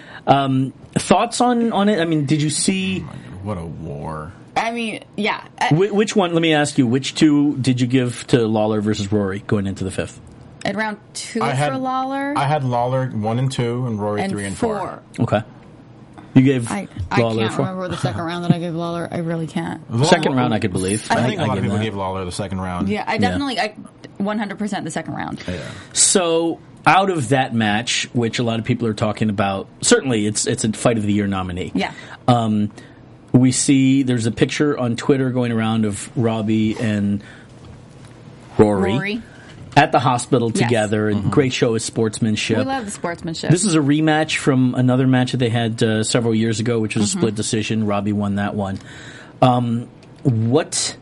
[SPEAKER 2] Um, thoughts on on it? I mean, did you see
[SPEAKER 3] What a war.
[SPEAKER 4] I mean, yeah. I-
[SPEAKER 2] whi- which one? Let me ask you, which two did you give to Lawler versus Rory going into the fifth?
[SPEAKER 4] At round two
[SPEAKER 3] I had
[SPEAKER 4] for Lawler
[SPEAKER 3] I had Lawler one and two, and Rory
[SPEAKER 4] and,
[SPEAKER 3] three and
[SPEAKER 4] four.
[SPEAKER 2] Okay, you gave
[SPEAKER 4] I, I
[SPEAKER 2] Lawler
[SPEAKER 4] can't
[SPEAKER 2] four.
[SPEAKER 4] remember the second round that I gave Lawler. I really can't.
[SPEAKER 2] Second round, I could believe.
[SPEAKER 3] I think a lot of
[SPEAKER 2] gave
[SPEAKER 3] people
[SPEAKER 2] that.
[SPEAKER 3] gave Lawler the second round.
[SPEAKER 4] Yeah, I definitely, I 100% the second round.
[SPEAKER 3] Oh,
[SPEAKER 2] So out of that match, which a lot of people are talking about, certainly it's it's a fight of the year nominee.
[SPEAKER 4] Yeah.
[SPEAKER 2] Um, we see there's a picture on Twitter going around of Robbie and Rory,
[SPEAKER 4] Rory.
[SPEAKER 2] at the hospital
[SPEAKER 4] Yes.
[SPEAKER 2] together. and Great show of sportsmanship.
[SPEAKER 4] We love the sportsmanship.
[SPEAKER 2] This is a rematch from another match that they had uh, several years ago, which was
[SPEAKER 4] Mm-hmm.
[SPEAKER 2] a split decision. Robbie won that one. Um, what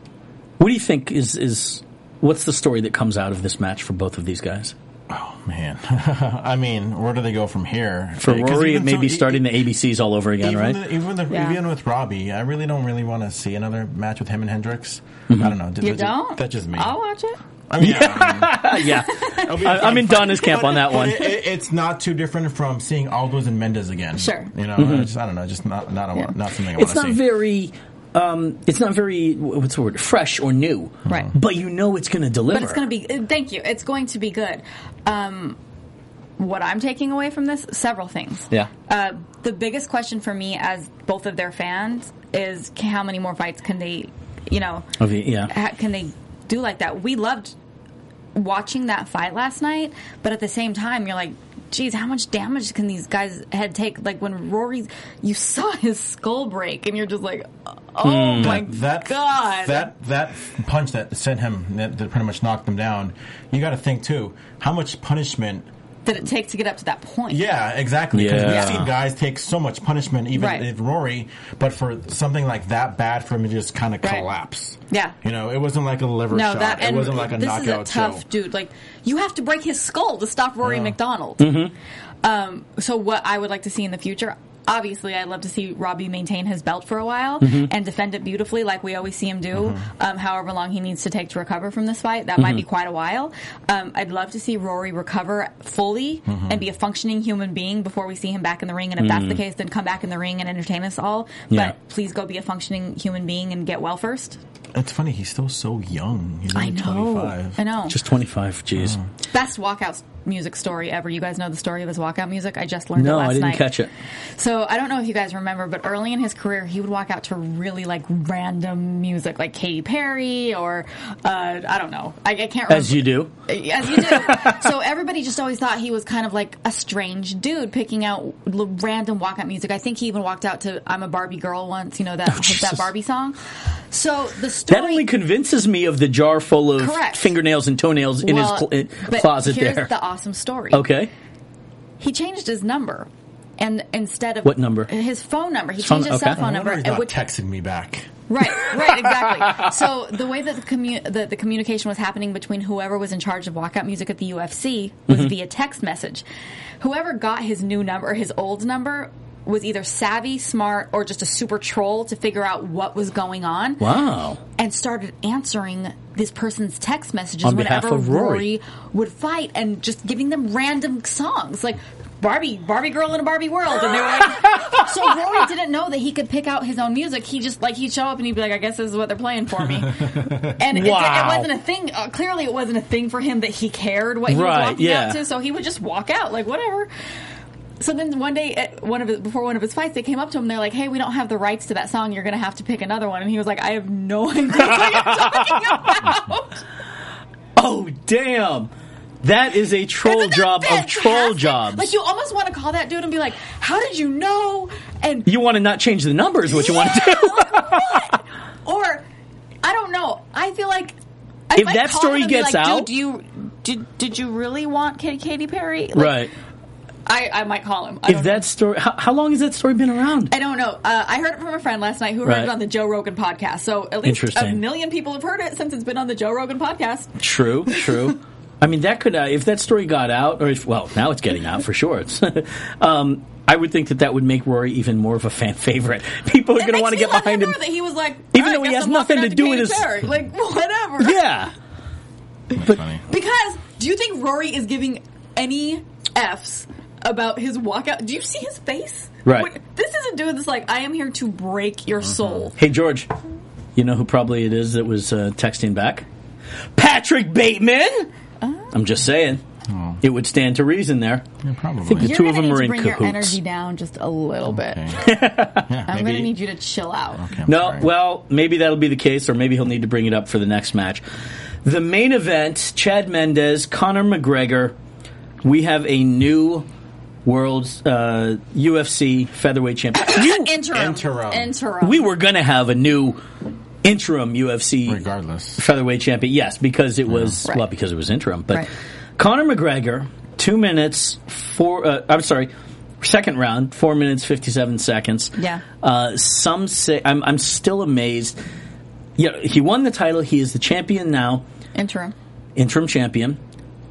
[SPEAKER 2] What do you think is is what's the story that comes out of this match for both of these guys?
[SPEAKER 3] Man, I mean, where do they go from here?
[SPEAKER 2] For
[SPEAKER 3] 'Cause
[SPEAKER 2] Rory, it
[SPEAKER 3] even
[SPEAKER 2] may
[SPEAKER 3] so-
[SPEAKER 2] be
[SPEAKER 3] e-
[SPEAKER 2] starting the ABCs all over again,
[SPEAKER 3] even
[SPEAKER 2] right?
[SPEAKER 3] the- even, the,
[SPEAKER 4] Yeah.
[SPEAKER 3] even with Robbie, I really don't really want to see another match with him and Hendricks.
[SPEAKER 2] Mm-hmm.
[SPEAKER 3] I don't know. Did-
[SPEAKER 4] you
[SPEAKER 3] that-
[SPEAKER 4] don't?
[SPEAKER 3] That's just me.
[SPEAKER 4] I'll watch it.
[SPEAKER 3] I mean, yeah,
[SPEAKER 2] Uh, yeah,
[SPEAKER 3] I mean,
[SPEAKER 2] I, I'm in Donna's camp on that one.
[SPEAKER 3] It, it, it's not too different from seeing Aldous and Mendez again.
[SPEAKER 4] Sure.
[SPEAKER 3] You know, I, just, I don't know. Just not not, a,
[SPEAKER 4] Yeah.
[SPEAKER 3] not something I want
[SPEAKER 2] Mm-hmm. It's
[SPEAKER 3] to see.
[SPEAKER 2] not very. Um, it's not very what's the word fresh or new,
[SPEAKER 4] Right.
[SPEAKER 2] But you know it's going to deliver.
[SPEAKER 4] But it's going to be. uh, Thank you. It's going to be good. Um, what I'm taking away from this, several things.
[SPEAKER 2] Yeah.
[SPEAKER 4] Uh, the biggest question for me, as both of their fans, is ca- how many more fights can they, you know,
[SPEAKER 2] Of the- yeah.
[SPEAKER 4] ha- can they do like that? We loved watching that fight last night, but at the same time, you're like, geez, how much damage can these guys' head take? Like when Rory, you saw his skull break, and you're just like, oh my
[SPEAKER 3] that
[SPEAKER 4] god,
[SPEAKER 3] that that punch that sent him that, that pretty much knocked him down. You got to think too how much punishment.
[SPEAKER 4] did it take to get up to that point?
[SPEAKER 3] Yeah, exactly. Because
[SPEAKER 2] Yeah.
[SPEAKER 3] we've seen guys take so much punishment, even
[SPEAKER 4] Right.
[SPEAKER 3] if Rory, but for something like that bad for him to just kind of
[SPEAKER 4] Right.
[SPEAKER 3] collapse.
[SPEAKER 4] Yeah.
[SPEAKER 3] you know, it wasn't like a liver
[SPEAKER 4] No,
[SPEAKER 3] shot.
[SPEAKER 4] that
[SPEAKER 3] it
[SPEAKER 4] and
[SPEAKER 3] wasn't like a
[SPEAKER 4] this
[SPEAKER 3] knockout
[SPEAKER 4] is a tough
[SPEAKER 3] show.
[SPEAKER 4] dude. Like you have to break his skull to stop Rory
[SPEAKER 3] Yeah. Mm-hmm.
[SPEAKER 4] McDonald. Um, so what I would like to see in the future. Obviously, I'd love to see Robbie maintain his belt for a while
[SPEAKER 3] Mm-hmm.
[SPEAKER 4] and defend it beautifully, like we always see him do. Um, however long he needs to take to recover from this fight, that might be
[SPEAKER 3] Mm-hmm.
[SPEAKER 4] quite a while. Um, I'd love to see Rory recover fully
[SPEAKER 3] Mm-hmm.
[SPEAKER 4] and be a functioning human being before we see him back in the ring. And if that's the
[SPEAKER 3] Mm.
[SPEAKER 4] case, then come back in the ring and entertain us all.
[SPEAKER 2] Yeah.
[SPEAKER 4] But please go be a functioning human being and get well first.
[SPEAKER 3] It's funny. He's still so young. He's only
[SPEAKER 4] I know.
[SPEAKER 3] 25.
[SPEAKER 4] I know.
[SPEAKER 2] Just 25. Jeez.
[SPEAKER 4] best walkout music story ever. You guys know the story of his walkout music. I just learned it
[SPEAKER 2] No,
[SPEAKER 4] last
[SPEAKER 2] I didn't
[SPEAKER 4] night.
[SPEAKER 2] catch it.
[SPEAKER 4] So I don't know if you guys remember, but early in his career, he would walk out to really like random music, like Katy Perry or uh, I don't know. I, I can't.
[SPEAKER 2] As
[SPEAKER 4] remember.
[SPEAKER 2] you do.
[SPEAKER 4] As you do. so everybody just always thought he was kind of like a strange dude picking out l- random walkout music. I think he even walked out to "I'm a Barbie Girl" once. You know that that
[SPEAKER 2] Oh, Jesus.
[SPEAKER 4] Barbie song. So the story
[SPEAKER 2] That only convinces me of the jar full of
[SPEAKER 4] Correct.
[SPEAKER 2] fingernails and toenails in
[SPEAKER 4] Well,
[SPEAKER 2] his cl-
[SPEAKER 4] but
[SPEAKER 2] closet
[SPEAKER 4] here's
[SPEAKER 2] there.
[SPEAKER 4] the awesome story.
[SPEAKER 2] okay.
[SPEAKER 4] he changed his number, and instead of
[SPEAKER 2] What number?
[SPEAKER 4] His phone number. He
[SPEAKER 2] Phone-
[SPEAKER 4] changed his cell
[SPEAKER 2] okay.
[SPEAKER 4] phone
[SPEAKER 3] I wonder
[SPEAKER 4] number.
[SPEAKER 3] he's
[SPEAKER 4] and
[SPEAKER 3] not
[SPEAKER 4] which-
[SPEAKER 3] texting me back.
[SPEAKER 4] right, right, exactly. so the way that the, commu- the the communication was happening between whoever was in charge of walkout music at the UFC was
[SPEAKER 2] Mm-hmm.
[SPEAKER 4] via text message. Whoever got his new number, or his old number. Was either savvy, smart, or just a super troll to figure out what was going on
[SPEAKER 2] Wow.
[SPEAKER 4] and started answering this person's text messages
[SPEAKER 2] On behalf
[SPEAKER 4] whenever
[SPEAKER 2] of Rory.
[SPEAKER 4] would fight and just giving them random songs like Barbie, Barbie girl in a Barbie world, and they were like, so Rory didn't know that he could pick out his own music. He just like he'd show up and he'd be like, I guess this is what they're playing for me, and it-
[SPEAKER 2] Wow.
[SPEAKER 4] it, wasn't a thing. Uh, clearly, it wasn't a thing for him that he cared what he
[SPEAKER 2] Right,
[SPEAKER 4] was walking
[SPEAKER 2] yeah.
[SPEAKER 4] out to, so he would just walk out like whatever. So then one day, at one of his, before one of his fights, they came up to him. and They're like, "Hey, we don't have the rights to that song. You're going to have to pick another one." And he was like, "I have no idea what you're talking about."
[SPEAKER 2] Oh, damn. That is a troll
[SPEAKER 4] Isn't that
[SPEAKER 2] job of
[SPEAKER 4] fantastic?
[SPEAKER 2] troll jobs.
[SPEAKER 4] Like you almost want to call that dude and be like, "How did you know?" And
[SPEAKER 2] you want to not change the numbers, what you want to do.
[SPEAKER 4] or I don't know. I feel like I
[SPEAKER 2] If
[SPEAKER 4] might
[SPEAKER 2] that
[SPEAKER 4] call
[SPEAKER 2] story
[SPEAKER 4] him and be
[SPEAKER 2] gets
[SPEAKER 4] like, dude,
[SPEAKER 2] out-
[SPEAKER 4] do you did did you really want Katy, Katy Perry? Like,
[SPEAKER 2] right.
[SPEAKER 4] I, I might call him. I
[SPEAKER 2] If
[SPEAKER 4] don't
[SPEAKER 2] that story, how, how long has that story been around?
[SPEAKER 4] I don't know. Uh, I heard it from a friend last night who heard
[SPEAKER 2] Right.
[SPEAKER 4] it on the Joe Rogan podcast. So at least a
[SPEAKER 2] Interesting.
[SPEAKER 4] million people have heard it since it's been on the Joe Rogan podcast.
[SPEAKER 2] True, true. I mean, that could uh, if that story got out, or if well, now it's getting out for sure. It's, um, I would think that that would make Rory even more of a fan favorite. People are
[SPEAKER 4] It
[SPEAKER 2] going to
[SPEAKER 4] makes
[SPEAKER 2] want to
[SPEAKER 4] me
[SPEAKER 2] get
[SPEAKER 4] love
[SPEAKER 2] behind him.
[SPEAKER 4] more That he was like,
[SPEAKER 2] Even
[SPEAKER 4] "All
[SPEAKER 2] though he
[SPEAKER 4] guess
[SPEAKER 2] has
[SPEAKER 4] I'm walking
[SPEAKER 2] nothing
[SPEAKER 4] out
[SPEAKER 2] to do with
[SPEAKER 4] Katy
[SPEAKER 2] his-
[SPEAKER 4] Perry." like whatever.
[SPEAKER 2] Yeah, but
[SPEAKER 4] Because do you think Rory is giving any f's about his walkout? Do you see his face?
[SPEAKER 2] Right. Mm-hmm.
[SPEAKER 4] this is a dude that's like, I am here to break your soul.
[SPEAKER 2] hey, George, you know who probably it is that was uh, texting back? Patrick Bateman.
[SPEAKER 4] Oh.
[SPEAKER 2] I'm just saying, it would stand to reason there.
[SPEAKER 3] probably.
[SPEAKER 2] The two of them are in
[SPEAKER 4] bring your
[SPEAKER 2] cahoots.
[SPEAKER 4] energy down just a little bit. I'm going to need you to chill out.
[SPEAKER 2] No, well, maybe that'll be the case, or maybe he'll need to bring it up for the next match. The main event: Chad Mendez, Conor McGregor. We have a new world uh, UFC featherweight champion. You-
[SPEAKER 4] Interim.
[SPEAKER 3] Interim.
[SPEAKER 4] Interim.
[SPEAKER 2] we were going to have a new interim UFC
[SPEAKER 3] Regardless.
[SPEAKER 2] featherweight champion. Yes, because it was
[SPEAKER 4] Right.
[SPEAKER 2] well, because it was interim. But
[SPEAKER 4] Right.
[SPEAKER 2] Conor McGregor, two minutes four. Uh, I'm sorry, second round, four minutes fifty-seven seconds.
[SPEAKER 4] Yeah.
[SPEAKER 2] Uh, some say I'm, I'm still amazed. Yeah, he won the title. He is the champion now,
[SPEAKER 4] Interim.
[SPEAKER 2] interim champion.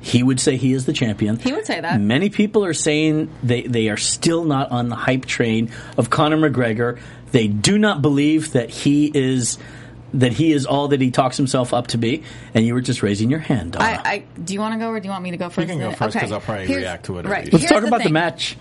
[SPEAKER 2] He would say he is the champion.
[SPEAKER 4] He would say that.
[SPEAKER 2] Many people are saying they, they are still not on the hype train of Conor McGregor. They do not believe that he is that he is all that he talks himself up to be. And you were just raising your hand. Donna.
[SPEAKER 4] I, I do you want to go or do you want me to go first?
[SPEAKER 3] Uh, can go
[SPEAKER 4] Okay.
[SPEAKER 3] first, 'cause I'll probably react to it at
[SPEAKER 4] Right.
[SPEAKER 3] least.
[SPEAKER 2] Let's
[SPEAKER 4] Here's
[SPEAKER 2] talk about the
[SPEAKER 4] thing.
[SPEAKER 2] match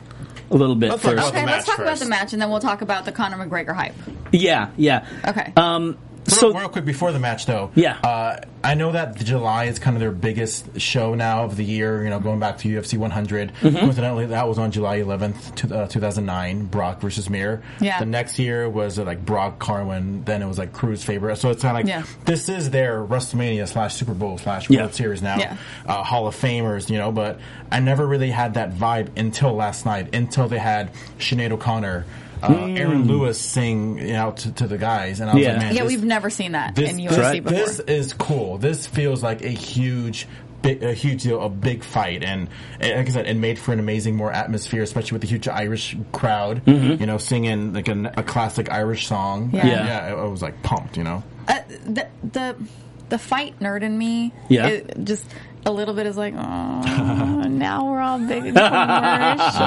[SPEAKER 2] a little bit
[SPEAKER 3] Let's talk
[SPEAKER 2] first.
[SPEAKER 3] about
[SPEAKER 4] Okay,
[SPEAKER 3] the
[SPEAKER 4] let's
[SPEAKER 3] match
[SPEAKER 4] talk about the
[SPEAKER 3] first.
[SPEAKER 4] match and then we'll talk about the Conor McGregor hype.
[SPEAKER 2] Yeah, yeah.
[SPEAKER 4] Okay.
[SPEAKER 2] Um,
[SPEAKER 4] But
[SPEAKER 2] So-
[SPEAKER 3] real quick before the match, though.
[SPEAKER 2] Yeah.
[SPEAKER 3] Uh, I know that July is kind of their biggest show now of the year. You know, going back to UFC 100.
[SPEAKER 2] Mm-hmm.
[SPEAKER 3] Coincidentally, that was on July 11th, two, uh, 2009. Brock versus Mir.
[SPEAKER 4] Yeah.
[SPEAKER 3] The next year was uh, like Brock Carwin. Then it was like Cruz Faber. So it's kind of like
[SPEAKER 4] Yeah.
[SPEAKER 3] this is their WrestleMania slash Super Bowl slash
[SPEAKER 2] Yeah.
[SPEAKER 3] World Series now.
[SPEAKER 4] Yeah.
[SPEAKER 3] Uh, Hall of Famers, you know. But I never really had that vibe until last night. Until they had Sinead O'Connor. Uh, Aaron Lewis sing you know, to, to the guys, and I was
[SPEAKER 2] Mm. Yeah.
[SPEAKER 3] like, man,
[SPEAKER 4] Yeah,
[SPEAKER 3] this-
[SPEAKER 4] we've never seen that
[SPEAKER 3] this,
[SPEAKER 4] in
[SPEAKER 3] this-
[SPEAKER 4] UFC
[SPEAKER 2] right.
[SPEAKER 4] before.
[SPEAKER 3] this is cool. This feels like a huge, big, a huge deal, a big fight, and and like I said, it made for an amazing, more atmosphere, especially with the huge Irish crowd. You know, singing like a, a classic Irish song.
[SPEAKER 4] Yeah.
[SPEAKER 2] Mm-hmm. Yeah.
[SPEAKER 3] I, I was like pumped. You know,
[SPEAKER 4] Uh, the the the fight nerd in me,
[SPEAKER 2] Yeah.
[SPEAKER 4] it- just a little bit is like, oh, now we're all big and commercial.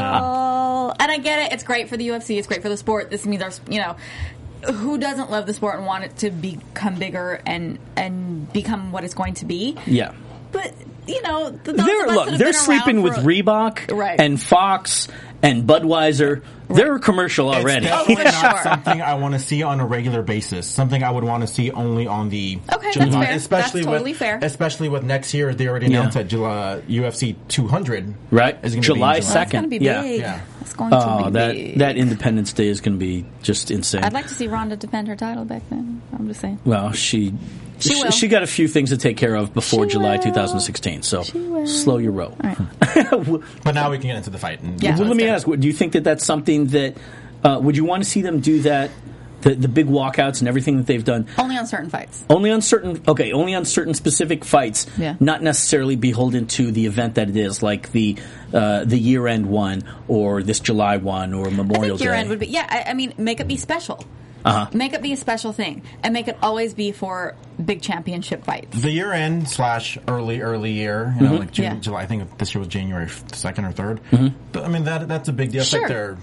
[SPEAKER 4] and I get it; it's great for the UFC, it's great for the sport. This means our, s- you know, who doesn't love the sport and want it to become bigger and and become what it's going to be?
[SPEAKER 2] Yeah.
[SPEAKER 4] But you know, th- those
[SPEAKER 2] They're
[SPEAKER 4] of us that
[SPEAKER 2] look.
[SPEAKER 4] have
[SPEAKER 2] They're
[SPEAKER 4] been
[SPEAKER 2] sleeping
[SPEAKER 4] around
[SPEAKER 2] with
[SPEAKER 4] for-
[SPEAKER 2] Reebok
[SPEAKER 4] Right.
[SPEAKER 2] and Fox and Budweiser. They're commercial already.
[SPEAKER 3] It's definitely
[SPEAKER 4] Oh, for
[SPEAKER 3] not
[SPEAKER 4] sure.
[SPEAKER 3] something I want to see on a regular basis. Something I would want to see only on the
[SPEAKER 4] Okay, that's fair.
[SPEAKER 3] especially
[SPEAKER 4] That's totally
[SPEAKER 3] with,
[SPEAKER 4] fair.
[SPEAKER 3] Especially with next year, they already
[SPEAKER 2] Yeah.
[SPEAKER 3] announced that July, UFC 200
[SPEAKER 2] Right.
[SPEAKER 3] is gonna be in
[SPEAKER 2] July
[SPEAKER 4] Well, it's
[SPEAKER 2] 2nd.
[SPEAKER 4] going to be
[SPEAKER 2] Yeah.
[SPEAKER 4] big.
[SPEAKER 3] Yeah.
[SPEAKER 4] It's going
[SPEAKER 2] Oh,
[SPEAKER 4] to be
[SPEAKER 2] that
[SPEAKER 4] big.
[SPEAKER 2] that Independence Day is going to be just insane.
[SPEAKER 4] I'd like to see Ronda defend her title back then. I'm just saying.
[SPEAKER 2] well, she
[SPEAKER 4] She will.
[SPEAKER 2] she got a few things to take care of before
[SPEAKER 4] She
[SPEAKER 2] July
[SPEAKER 4] will.
[SPEAKER 2] 2016. So
[SPEAKER 4] She will.
[SPEAKER 2] slow your roll.
[SPEAKER 4] All right.
[SPEAKER 3] But now we can get into the fight. And
[SPEAKER 4] Yeah.
[SPEAKER 2] Well, let me ask: Do you think that that's something that uh, would you want to see them do that? The, the big walkouts and everything that they've done
[SPEAKER 4] Only on certain fights.
[SPEAKER 2] only on certain okay only on certain specific fights
[SPEAKER 4] Yeah.
[SPEAKER 2] not necessarily beholden to the event that it is like the uh, the year end one or this july one or memorial
[SPEAKER 4] I think your
[SPEAKER 2] day
[SPEAKER 4] end would be yeah. I, I mean, make it be special. Uh-huh. Make it be a special thing, and make it always be for big championship fights.
[SPEAKER 3] the year end slash early early year, you know, like June,
[SPEAKER 4] Mm-hmm. Yeah. Mm-hmm.
[SPEAKER 3] July. I think this year was January second or 3rd But, I mean that that's a big deal. It's
[SPEAKER 4] Sure.
[SPEAKER 3] like their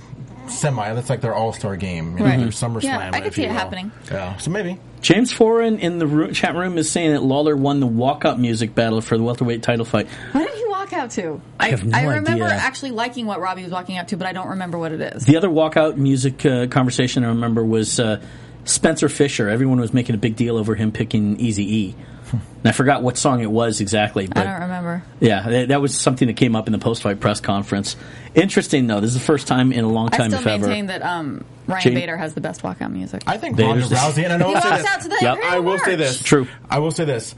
[SPEAKER 3] semi. That's like their all star game. You
[SPEAKER 4] Right.
[SPEAKER 3] know, their SummerSlam.
[SPEAKER 4] Yeah, I could
[SPEAKER 3] if
[SPEAKER 4] see
[SPEAKER 3] you
[SPEAKER 4] it
[SPEAKER 3] will.
[SPEAKER 4] happening.
[SPEAKER 3] Yeah, so maybe.
[SPEAKER 2] james foran in the room, chat room is saying that lawler won the walkout music battle for the welterweight title fight
[SPEAKER 4] What did he walk out to? I,
[SPEAKER 2] have no
[SPEAKER 4] remember
[SPEAKER 2] idea.
[SPEAKER 4] actually liking what Robbie was walking out to, but I don't remember what it is.
[SPEAKER 2] the other walkout music uh, conversation i remember was uh, spencer fisher everyone was making a big deal over him picking easy e and i forgot what song it was exactly but
[SPEAKER 4] Hmm. I don't remember.
[SPEAKER 2] Yeah, that, that was something that came up in the post-fight press conference. Interesting, though. This is the first time in a long
[SPEAKER 4] I
[SPEAKER 2] time,
[SPEAKER 4] still
[SPEAKER 2] if ever.
[SPEAKER 4] maintain that um, Ryan
[SPEAKER 2] Jane-
[SPEAKER 4] Bader has the best walkout music.
[SPEAKER 3] I think
[SPEAKER 2] They-
[SPEAKER 3] Ronda
[SPEAKER 2] there's this-
[SPEAKER 3] Rousey, and I know
[SPEAKER 4] He
[SPEAKER 3] I'll say
[SPEAKER 4] walks
[SPEAKER 3] this.
[SPEAKER 4] out to the
[SPEAKER 2] Yep.
[SPEAKER 4] Imperial
[SPEAKER 3] I will say
[SPEAKER 4] March.
[SPEAKER 3] this.
[SPEAKER 2] True.
[SPEAKER 3] I will say this.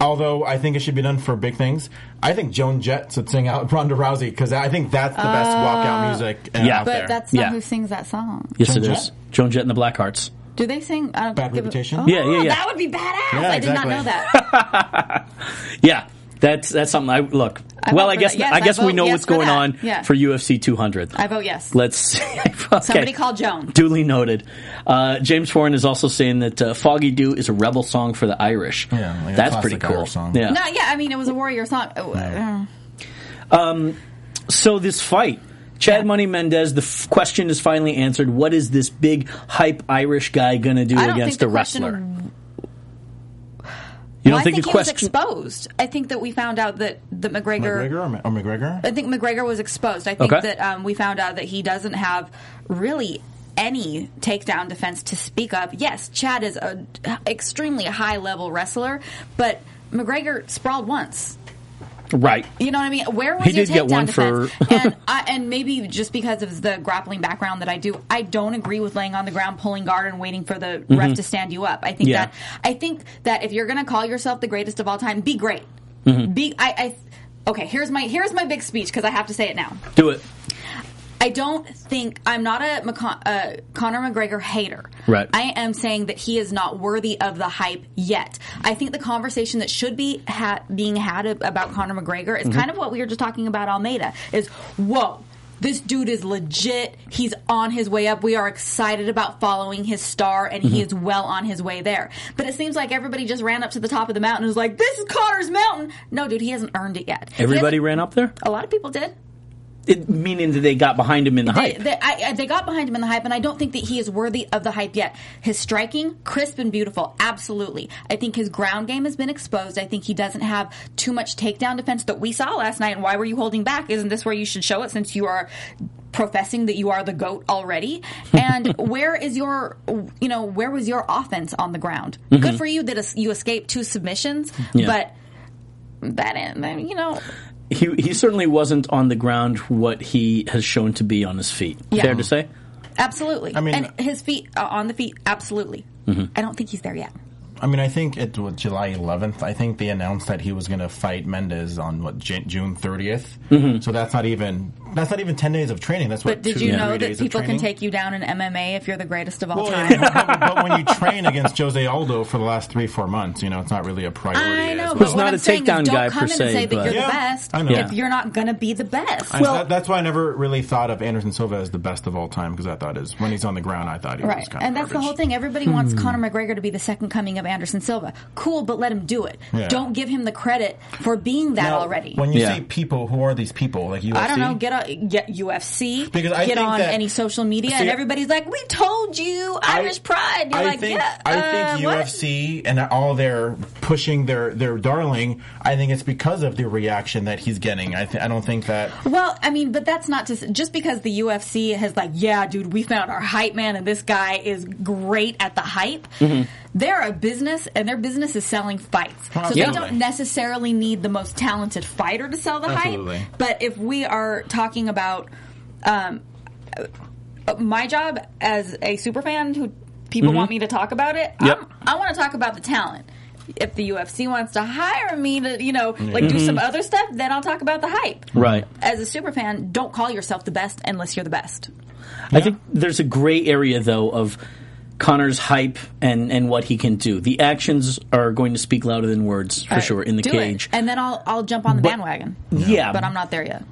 [SPEAKER 3] Although I think it should be done for big things, I think Joan Jett should sing out Ronda Rousey because I think that's the best walkout music uh,
[SPEAKER 2] yeah.
[SPEAKER 3] out
[SPEAKER 4] But
[SPEAKER 3] there.
[SPEAKER 4] that's not
[SPEAKER 2] Yeah.
[SPEAKER 4] who sings that song.
[SPEAKER 2] yes, it
[SPEAKER 3] Joan
[SPEAKER 2] is.
[SPEAKER 3] Jett?
[SPEAKER 2] Joan Jett and the Blackhearts.
[SPEAKER 4] Do they sing? I don't
[SPEAKER 3] Bad
[SPEAKER 4] give a-
[SPEAKER 3] Reputation?
[SPEAKER 4] Oh,
[SPEAKER 2] Yeah, yeah, yeah.
[SPEAKER 4] That would be badass.
[SPEAKER 3] Yeah,
[SPEAKER 4] I did not
[SPEAKER 3] exactly.
[SPEAKER 4] know that.
[SPEAKER 2] Yeah, that's that's something. I look.
[SPEAKER 4] I
[SPEAKER 2] well,
[SPEAKER 4] vote
[SPEAKER 2] I
[SPEAKER 4] for
[SPEAKER 2] guess
[SPEAKER 4] that. Yes,
[SPEAKER 2] I guess
[SPEAKER 4] I
[SPEAKER 2] we
[SPEAKER 4] vote
[SPEAKER 2] know
[SPEAKER 4] yes
[SPEAKER 2] what's
[SPEAKER 4] for
[SPEAKER 2] going
[SPEAKER 4] that.
[SPEAKER 2] on
[SPEAKER 4] Yeah.
[SPEAKER 2] for UFC 200.
[SPEAKER 4] I vote yes.
[SPEAKER 2] Let's okay.
[SPEAKER 4] Somebody call Joan.
[SPEAKER 2] Duly noted. Uh, James Foran is also saying that uh, "Foggy Dew" is a rebel song for the Irish.
[SPEAKER 3] Yeah, like a
[SPEAKER 2] that's pretty
[SPEAKER 3] classic
[SPEAKER 2] cool.
[SPEAKER 3] Irish song.
[SPEAKER 2] Yeah.
[SPEAKER 4] No, yeah, I mean it was a warrior song. Oh, uh,
[SPEAKER 2] So this fight, Chad Money Mendez. The f- question is finally answered. What is this big hype Irish guy going to do
[SPEAKER 4] I don't
[SPEAKER 2] against
[SPEAKER 4] think the
[SPEAKER 2] a wrestler?
[SPEAKER 4] question-
[SPEAKER 2] you don't
[SPEAKER 4] Well, I
[SPEAKER 2] think,
[SPEAKER 4] think
[SPEAKER 2] the
[SPEAKER 4] he
[SPEAKER 2] question?
[SPEAKER 4] was exposed. I think that we found out that that McGregor.
[SPEAKER 3] McGregor or, Ma- or McGregor.
[SPEAKER 4] I think McGregor was exposed. I think
[SPEAKER 2] Okay.
[SPEAKER 4] that um, we found out that he doesn't have really any takedown defense to speak of. Yes, Chad is a extremely high level wrestler, but McGregor sprawled once.
[SPEAKER 2] right.
[SPEAKER 4] You know what I mean? Where was
[SPEAKER 2] He
[SPEAKER 4] your
[SPEAKER 2] did get
[SPEAKER 4] takedown
[SPEAKER 2] one
[SPEAKER 4] defense?
[SPEAKER 2] for-
[SPEAKER 4] and I, and maybe just because of the grappling background that I do, I don't agree with laying on the ground, pulling guard, and waiting for the ref to stand you up. I think
[SPEAKER 2] Mm-hmm. Yeah.
[SPEAKER 4] that I think that if you're going to call yourself the greatest of all time, be great.
[SPEAKER 2] Mm-hmm.
[SPEAKER 4] Be I, I okay. Here's my here's my big speech because I have to say it now.
[SPEAKER 2] Do it.
[SPEAKER 4] I don't think I'm not a McCon- uh, Conor McGregor hater.
[SPEAKER 2] Right.
[SPEAKER 4] I am saying that he is not worthy of the hype yet. I think the conversation that should be ha- being had ab- about Conor McGregor
[SPEAKER 2] Mm-hmm.
[SPEAKER 4] is kind of what we were just talking about Almeida. Is whoa. This dude is legit. He's on his way up. We are excited about following his star, and
[SPEAKER 2] Mm-hmm.
[SPEAKER 4] he is well on his way there. But it seems like everybody just ran up to the top of the mountain and was like, "This is Connor's mountain." No, dude, he hasn't earned it yet. He
[SPEAKER 2] Everybody
[SPEAKER 4] hasn't-
[SPEAKER 2] ran up there.
[SPEAKER 4] a lot of people did.
[SPEAKER 2] it, meaning that they got behind him in the
[SPEAKER 4] They,
[SPEAKER 2] hype.
[SPEAKER 4] they, I, I- they got behind him in the hype, and I don't think that he is worthy of the hype yet. His striking, crisp and beautiful, absolutely. I think his ground game has been exposed. I think he doesn't have too much takedown defense that we saw last night. And why were you holding back? Isn't this where you should show it since you are professing that you are the goat already? And where is your, you know, where was your offense on the ground? Good for you that es- you escaped two submissions,
[SPEAKER 2] Mm-hmm. Yeah.
[SPEAKER 4] but that, ain't- you know,
[SPEAKER 2] he he certainly wasn't on the ground what he has shown to be on his feet.
[SPEAKER 4] Yeah.
[SPEAKER 2] Fair to say.
[SPEAKER 4] absolutely.
[SPEAKER 3] I mean-
[SPEAKER 4] and his feet uh, on the feet, absolutely.
[SPEAKER 2] Mm-hmm.
[SPEAKER 4] I don't think he's there yet.
[SPEAKER 3] I mean, I think it was July 11th. I think they announced that he was going to fight Mendez on what J- June 30th. So that's not even that's not even 10 days of training. That's what.
[SPEAKER 4] But did
[SPEAKER 3] two,
[SPEAKER 4] you
[SPEAKER 3] three
[SPEAKER 4] know that
[SPEAKER 3] days of
[SPEAKER 4] people can
[SPEAKER 3] training?
[SPEAKER 4] take you down in MMA if you're the greatest of all
[SPEAKER 3] Well,
[SPEAKER 4] time?
[SPEAKER 3] yeah, but, but when you train against Jose Aldo for the last three four months, you know it's not really a priority.
[SPEAKER 4] I know,
[SPEAKER 3] as
[SPEAKER 4] but
[SPEAKER 3] well.
[SPEAKER 2] Who's
[SPEAKER 4] what
[SPEAKER 2] not
[SPEAKER 4] I'm
[SPEAKER 2] a
[SPEAKER 4] saying
[SPEAKER 2] takedown
[SPEAKER 4] is don't
[SPEAKER 2] guy
[SPEAKER 4] come
[SPEAKER 2] per
[SPEAKER 4] and
[SPEAKER 2] se,
[SPEAKER 4] say that
[SPEAKER 2] but-
[SPEAKER 4] you're
[SPEAKER 3] Yeah,
[SPEAKER 4] the best
[SPEAKER 3] I know.
[SPEAKER 4] if you're not going to be the best.
[SPEAKER 3] I- that- that's why I never really thought of Anderson Silva as the best of all time because I thought is when he's on the ground, I thought he
[SPEAKER 4] Right,
[SPEAKER 3] was kind
[SPEAKER 4] and
[SPEAKER 3] of
[SPEAKER 4] that's the whole thing. Everybody wants
[SPEAKER 2] Hmm.
[SPEAKER 4] Conor McGregor to be the second coming of Anderson Silva. Cool, but let him do it.
[SPEAKER 3] Yeah.
[SPEAKER 4] Don't give him the credit for being that already.
[SPEAKER 3] When you
[SPEAKER 2] Yeah.
[SPEAKER 3] say people, who are these people? Like UFC?
[SPEAKER 4] I don't know. Get on get UFC.
[SPEAKER 3] Because I
[SPEAKER 4] get
[SPEAKER 3] think
[SPEAKER 4] on
[SPEAKER 3] that-
[SPEAKER 4] any social media,
[SPEAKER 3] See,
[SPEAKER 4] and everybody's like, "We told you, Irish Pride." You're
[SPEAKER 3] I
[SPEAKER 4] like,
[SPEAKER 3] think,
[SPEAKER 4] "Yeah."
[SPEAKER 3] I
[SPEAKER 4] uh,
[SPEAKER 3] think
[SPEAKER 4] what?
[SPEAKER 3] UFC and all their pushing their their darling. I think it's because of the reaction that he's getting. I th- I don't think that.
[SPEAKER 4] Well, I mean, but that's not to s- just because the UFC has like, yeah, dude, we found our hype man, and this guy is great at the hype.
[SPEAKER 2] Mm-hmm.
[SPEAKER 4] They're a business, and their business is selling fights, so they
[SPEAKER 3] Absolutely.
[SPEAKER 4] don't necessarily need the most talented fighter to sell the
[SPEAKER 3] Absolutely.
[SPEAKER 4] hype. But if we are talking about um, uh, my job as a super fan, who people want me to talk about it,
[SPEAKER 2] Mm-hmm. Yep.
[SPEAKER 4] I'm- I want to talk about the talent. If the UFC wants to hire me to, you know, like do some other stuff, then I'll talk about the hype
[SPEAKER 2] Mm-hmm. Right.
[SPEAKER 4] as a super fan, don't call yourself the best unless you're the best.
[SPEAKER 2] I think there's a gray area though of Connor's hype and and what he can do. The actions are going to speak louder than words for sure in the
[SPEAKER 4] Uh, Do it.
[SPEAKER 2] cage.
[SPEAKER 4] and then I'll I'll jump on the bandwagon.
[SPEAKER 2] Yeah.
[SPEAKER 4] but I'm not there yet.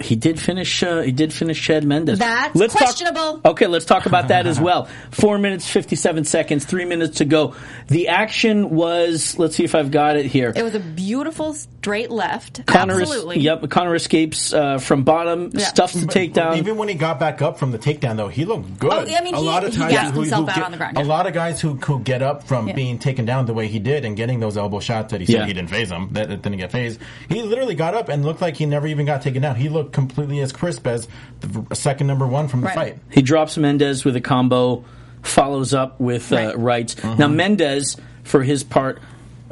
[SPEAKER 2] He did finish. Uh, he did finish Chad Mendes.
[SPEAKER 4] That's
[SPEAKER 2] talk-
[SPEAKER 4] questionable.
[SPEAKER 2] okay, let's talk about that as well. Four minutes fifty-seven seconds. Three minutes to go. The action was. Let's see if I've got it here.
[SPEAKER 4] It was a beautiful straight left.
[SPEAKER 2] Connor es-
[SPEAKER 4] Absolutely.
[SPEAKER 2] yep. Connor escapes uh, from bottom.
[SPEAKER 4] Yeah.
[SPEAKER 2] Stuffs the takedown.
[SPEAKER 3] Even when he got back up from the takedown, though, he looked good.
[SPEAKER 4] Oh, I mean,
[SPEAKER 3] a
[SPEAKER 4] he-
[SPEAKER 3] lot of
[SPEAKER 4] he
[SPEAKER 3] times,
[SPEAKER 4] got himself out
[SPEAKER 3] get-
[SPEAKER 4] on the ground,
[SPEAKER 3] A
[SPEAKER 4] yeah.
[SPEAKER 3] lot of guys who could get up from
[SPEAKER 4] Yeah.
[SPEAKER 3] being taken down the way he did and getting those elbow shots that he
[SPEAKER 2] Yeah.
[SPEAKER 3] said he didn't phase him, that that didn't get phased. He literally got up and looked like he never even got taken down. He looked completely as crisp as the v- second number one from the
[SPEAKER 4] Right.
[SPEAKER 3] fight.
[SPEAKER 2] He drops Mendez with a combo, follows up with uh,
[SPEAKER 4] Right.
[SPEAKER 2] rights.
[SPEAKER 3] Mm-hmm.
[SPEAKER 2] Now Mendez, for his part,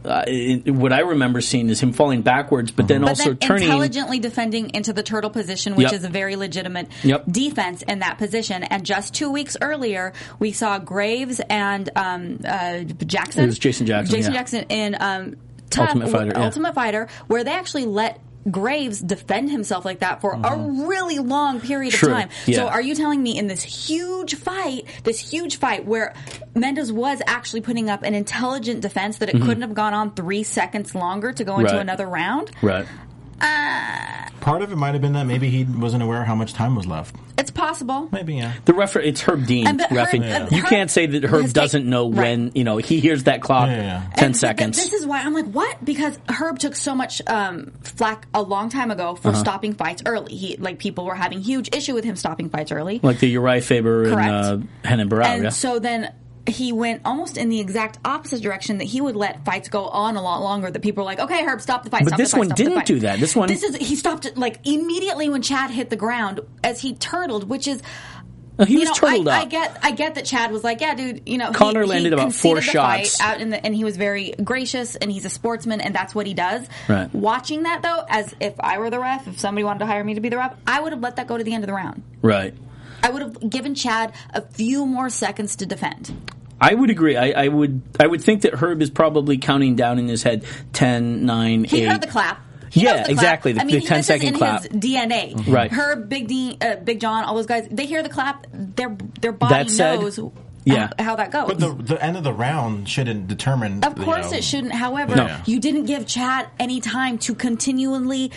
[SPEAKER 2] uh, it, what I remember seeing is him falling backwards, but
[SPEAKER 3] Mm-hmm.
[SPEAKER 2] then
[SPEAKER 4] But
[SPEAKER 2] also
[SPEAKER 4] then
[SPEAKER 2] turning.
[SPEAKER 4] intelligently defending into the turtle position, which
[SPEAKER 2] Yep.
[SPEAKER 4] is a very legitimate
[SPEAKER 2] Yep.
[SPEAKER 4] defense in that position. And just two weeks earlier, we saw Graves and um, uh, Jackson.
[SPEAKER 2] It was Jason Jackson,
[SPEAKER 4] Jason
[SPEAKER 2] yeah.
[SPEAKER 4] Jackson in um, Tough-
[SPEAKER 2] Ultimate Fighter, yeah.
[SPEAKER 4] Ultimate Fighter, where they actually let. Graves defend himself like that for a really long period
[SPEAKER 2] True,
[SPEAKER 4] of time.
[SPEAKER 2] Uh-huh. yeah.
[SPEAKER 4] So, are you telling me in this huge fight, this huge fight where Mendes was actually putting up an intelligent defense that it couldn't have gone on three seconds longer to go into
[SPEAKER 2] Mm-hmm. Right.
[SPEAKER 4] another round?
[SPEAKER 2] Right.
[SPEAKER 3] Part of it might have been that maybe he wasn't aware how much time was left.
[SPEAKER 4] It's possible.
[SPEAKER 3] Maybe yeah.
[SPEAKER 2] The referee, it's Herb Dean.
[SPEAKER 4] And but Herb-
[SPEAKER 2] referee.
[SPEAKER 4] Yeah.
[SPEAKER 2] You
[SPEAKER 4] Herb
[SPEAKER 2] can't say that Herb
[SPEAKER 4] has taken-
[SPEAKER 2] doesn't know when,
[SPEAKER 4] Right.
[SPEAKER 2] you know, he hears that clock,
[SPEAKER 3] Yeah, yeah, yeah.
[SPEAKER 2] 10
[SPEAKER 4] And th- th-
[SPEAKER 2] seconds.
[SPEAKER 4] This is why I'm like, what? Because Herb took so much um, flack a long time ago
[SPEAKER 2] Uh-huh.
[SPEAKER 4] for stopping fights early. He like people were having huge issue with him stopping fights early.
[SPEAKER 2] like the Uriah Faber
[SPEAKER 4] Correct.
[SPEAKER 2] and uh, Henan Barao,
[SPEAKER 4] and
[SPEAKER 2] yeah?
[SPEAKER 4] so then he went almost in the exact opposite direction that he would let fights go on a lot longer. That people were like, okay, Herb, stop the fight.
[SPEAKER 2] But
[SPEAKER 4] stop the
[SPEAKER 2] this
[SPEAKER 4] fight,
[SPEAKER 2] one
[SPEAKER 4] stop the
[SPEAKER 2] didn't
[SPEAKER 4] fight."
[SPEAKER 2] do that. This one-
[SPEAKER 4] this is he stopped it like immediately when Chad hit the ground as he turtled, which is.
[SPEAKER 2] No, Oh, he
[SPEAKER 4] you
[SPEAKER 2] was
[SPEAKER 4] know,
[SPEAKER 2] turtled
[SPEAKER 4] I,
[SPEAKER 2] up.
[SPEAKER 4] I get, I get that Chad was like, yeah, dude. You know, he-
[SPEAKER 2] Connor
[SPEAKER 4] he
[SPEAKER 2] landed about four
[SPEAKER 4] conceded the fight
[SPEAKER 2] shots.
[SPEAKER 4] out in the, and he was very gracious, and he's a sportsman, and that's what he does.
[SPEAKER 2] Right.
[SPEAKER 4] Watching that though, as if I were the ref, if somebody wanted to hire me to be the ref, I would have let that go to the end of the round.
[SPEAKER 2] right.
[SPEAKER 4] I would have given Chad a few more seconds to defend.
[SPEAKER 2] I would agree. I, I would I would think that Herb is probably counting down in his head 10, 9,
[SPEAKER 4] He
[SPEAKER 2] 8.
[SPEAKER 4] heard the clap. He
[SPEAKER 2] Yeah,
[SPEAKER 4] knows the clap.
[SPEAKER 2] exactly. The-
[SPEAKER 4] I mean,
[SPEAKER 2] the 10
[SPEAKER 4] this is
[SPEAKER 2] second
[SPEAKER 4] in
[SPEAKER 2] clap.
[SPEAKER 4] His DNA.
[SPEAKER 2] Right.
[SPEAKER 4] Herb, Big D, uh, Big John, all those guys. They hear the clap. Their their
[SPEAKER 2] That
[SPEAKER 4] body
[SPEAKER 2] said,
[SPEAKER 4] knows.
[SPEAKER 2] yeah.
[SPEAKER 4] How, how that goes.
[SPEAKER 3] But the, the end of the round shouldn't determine.
[SPEAKER 4] Of course,
[SPEAKER 3] you know,
[SPEAKER 4] it shouldn't. However,
[SPEAKER 2] No.
[SPEAKER 4] you didn't give Chad any time to continually,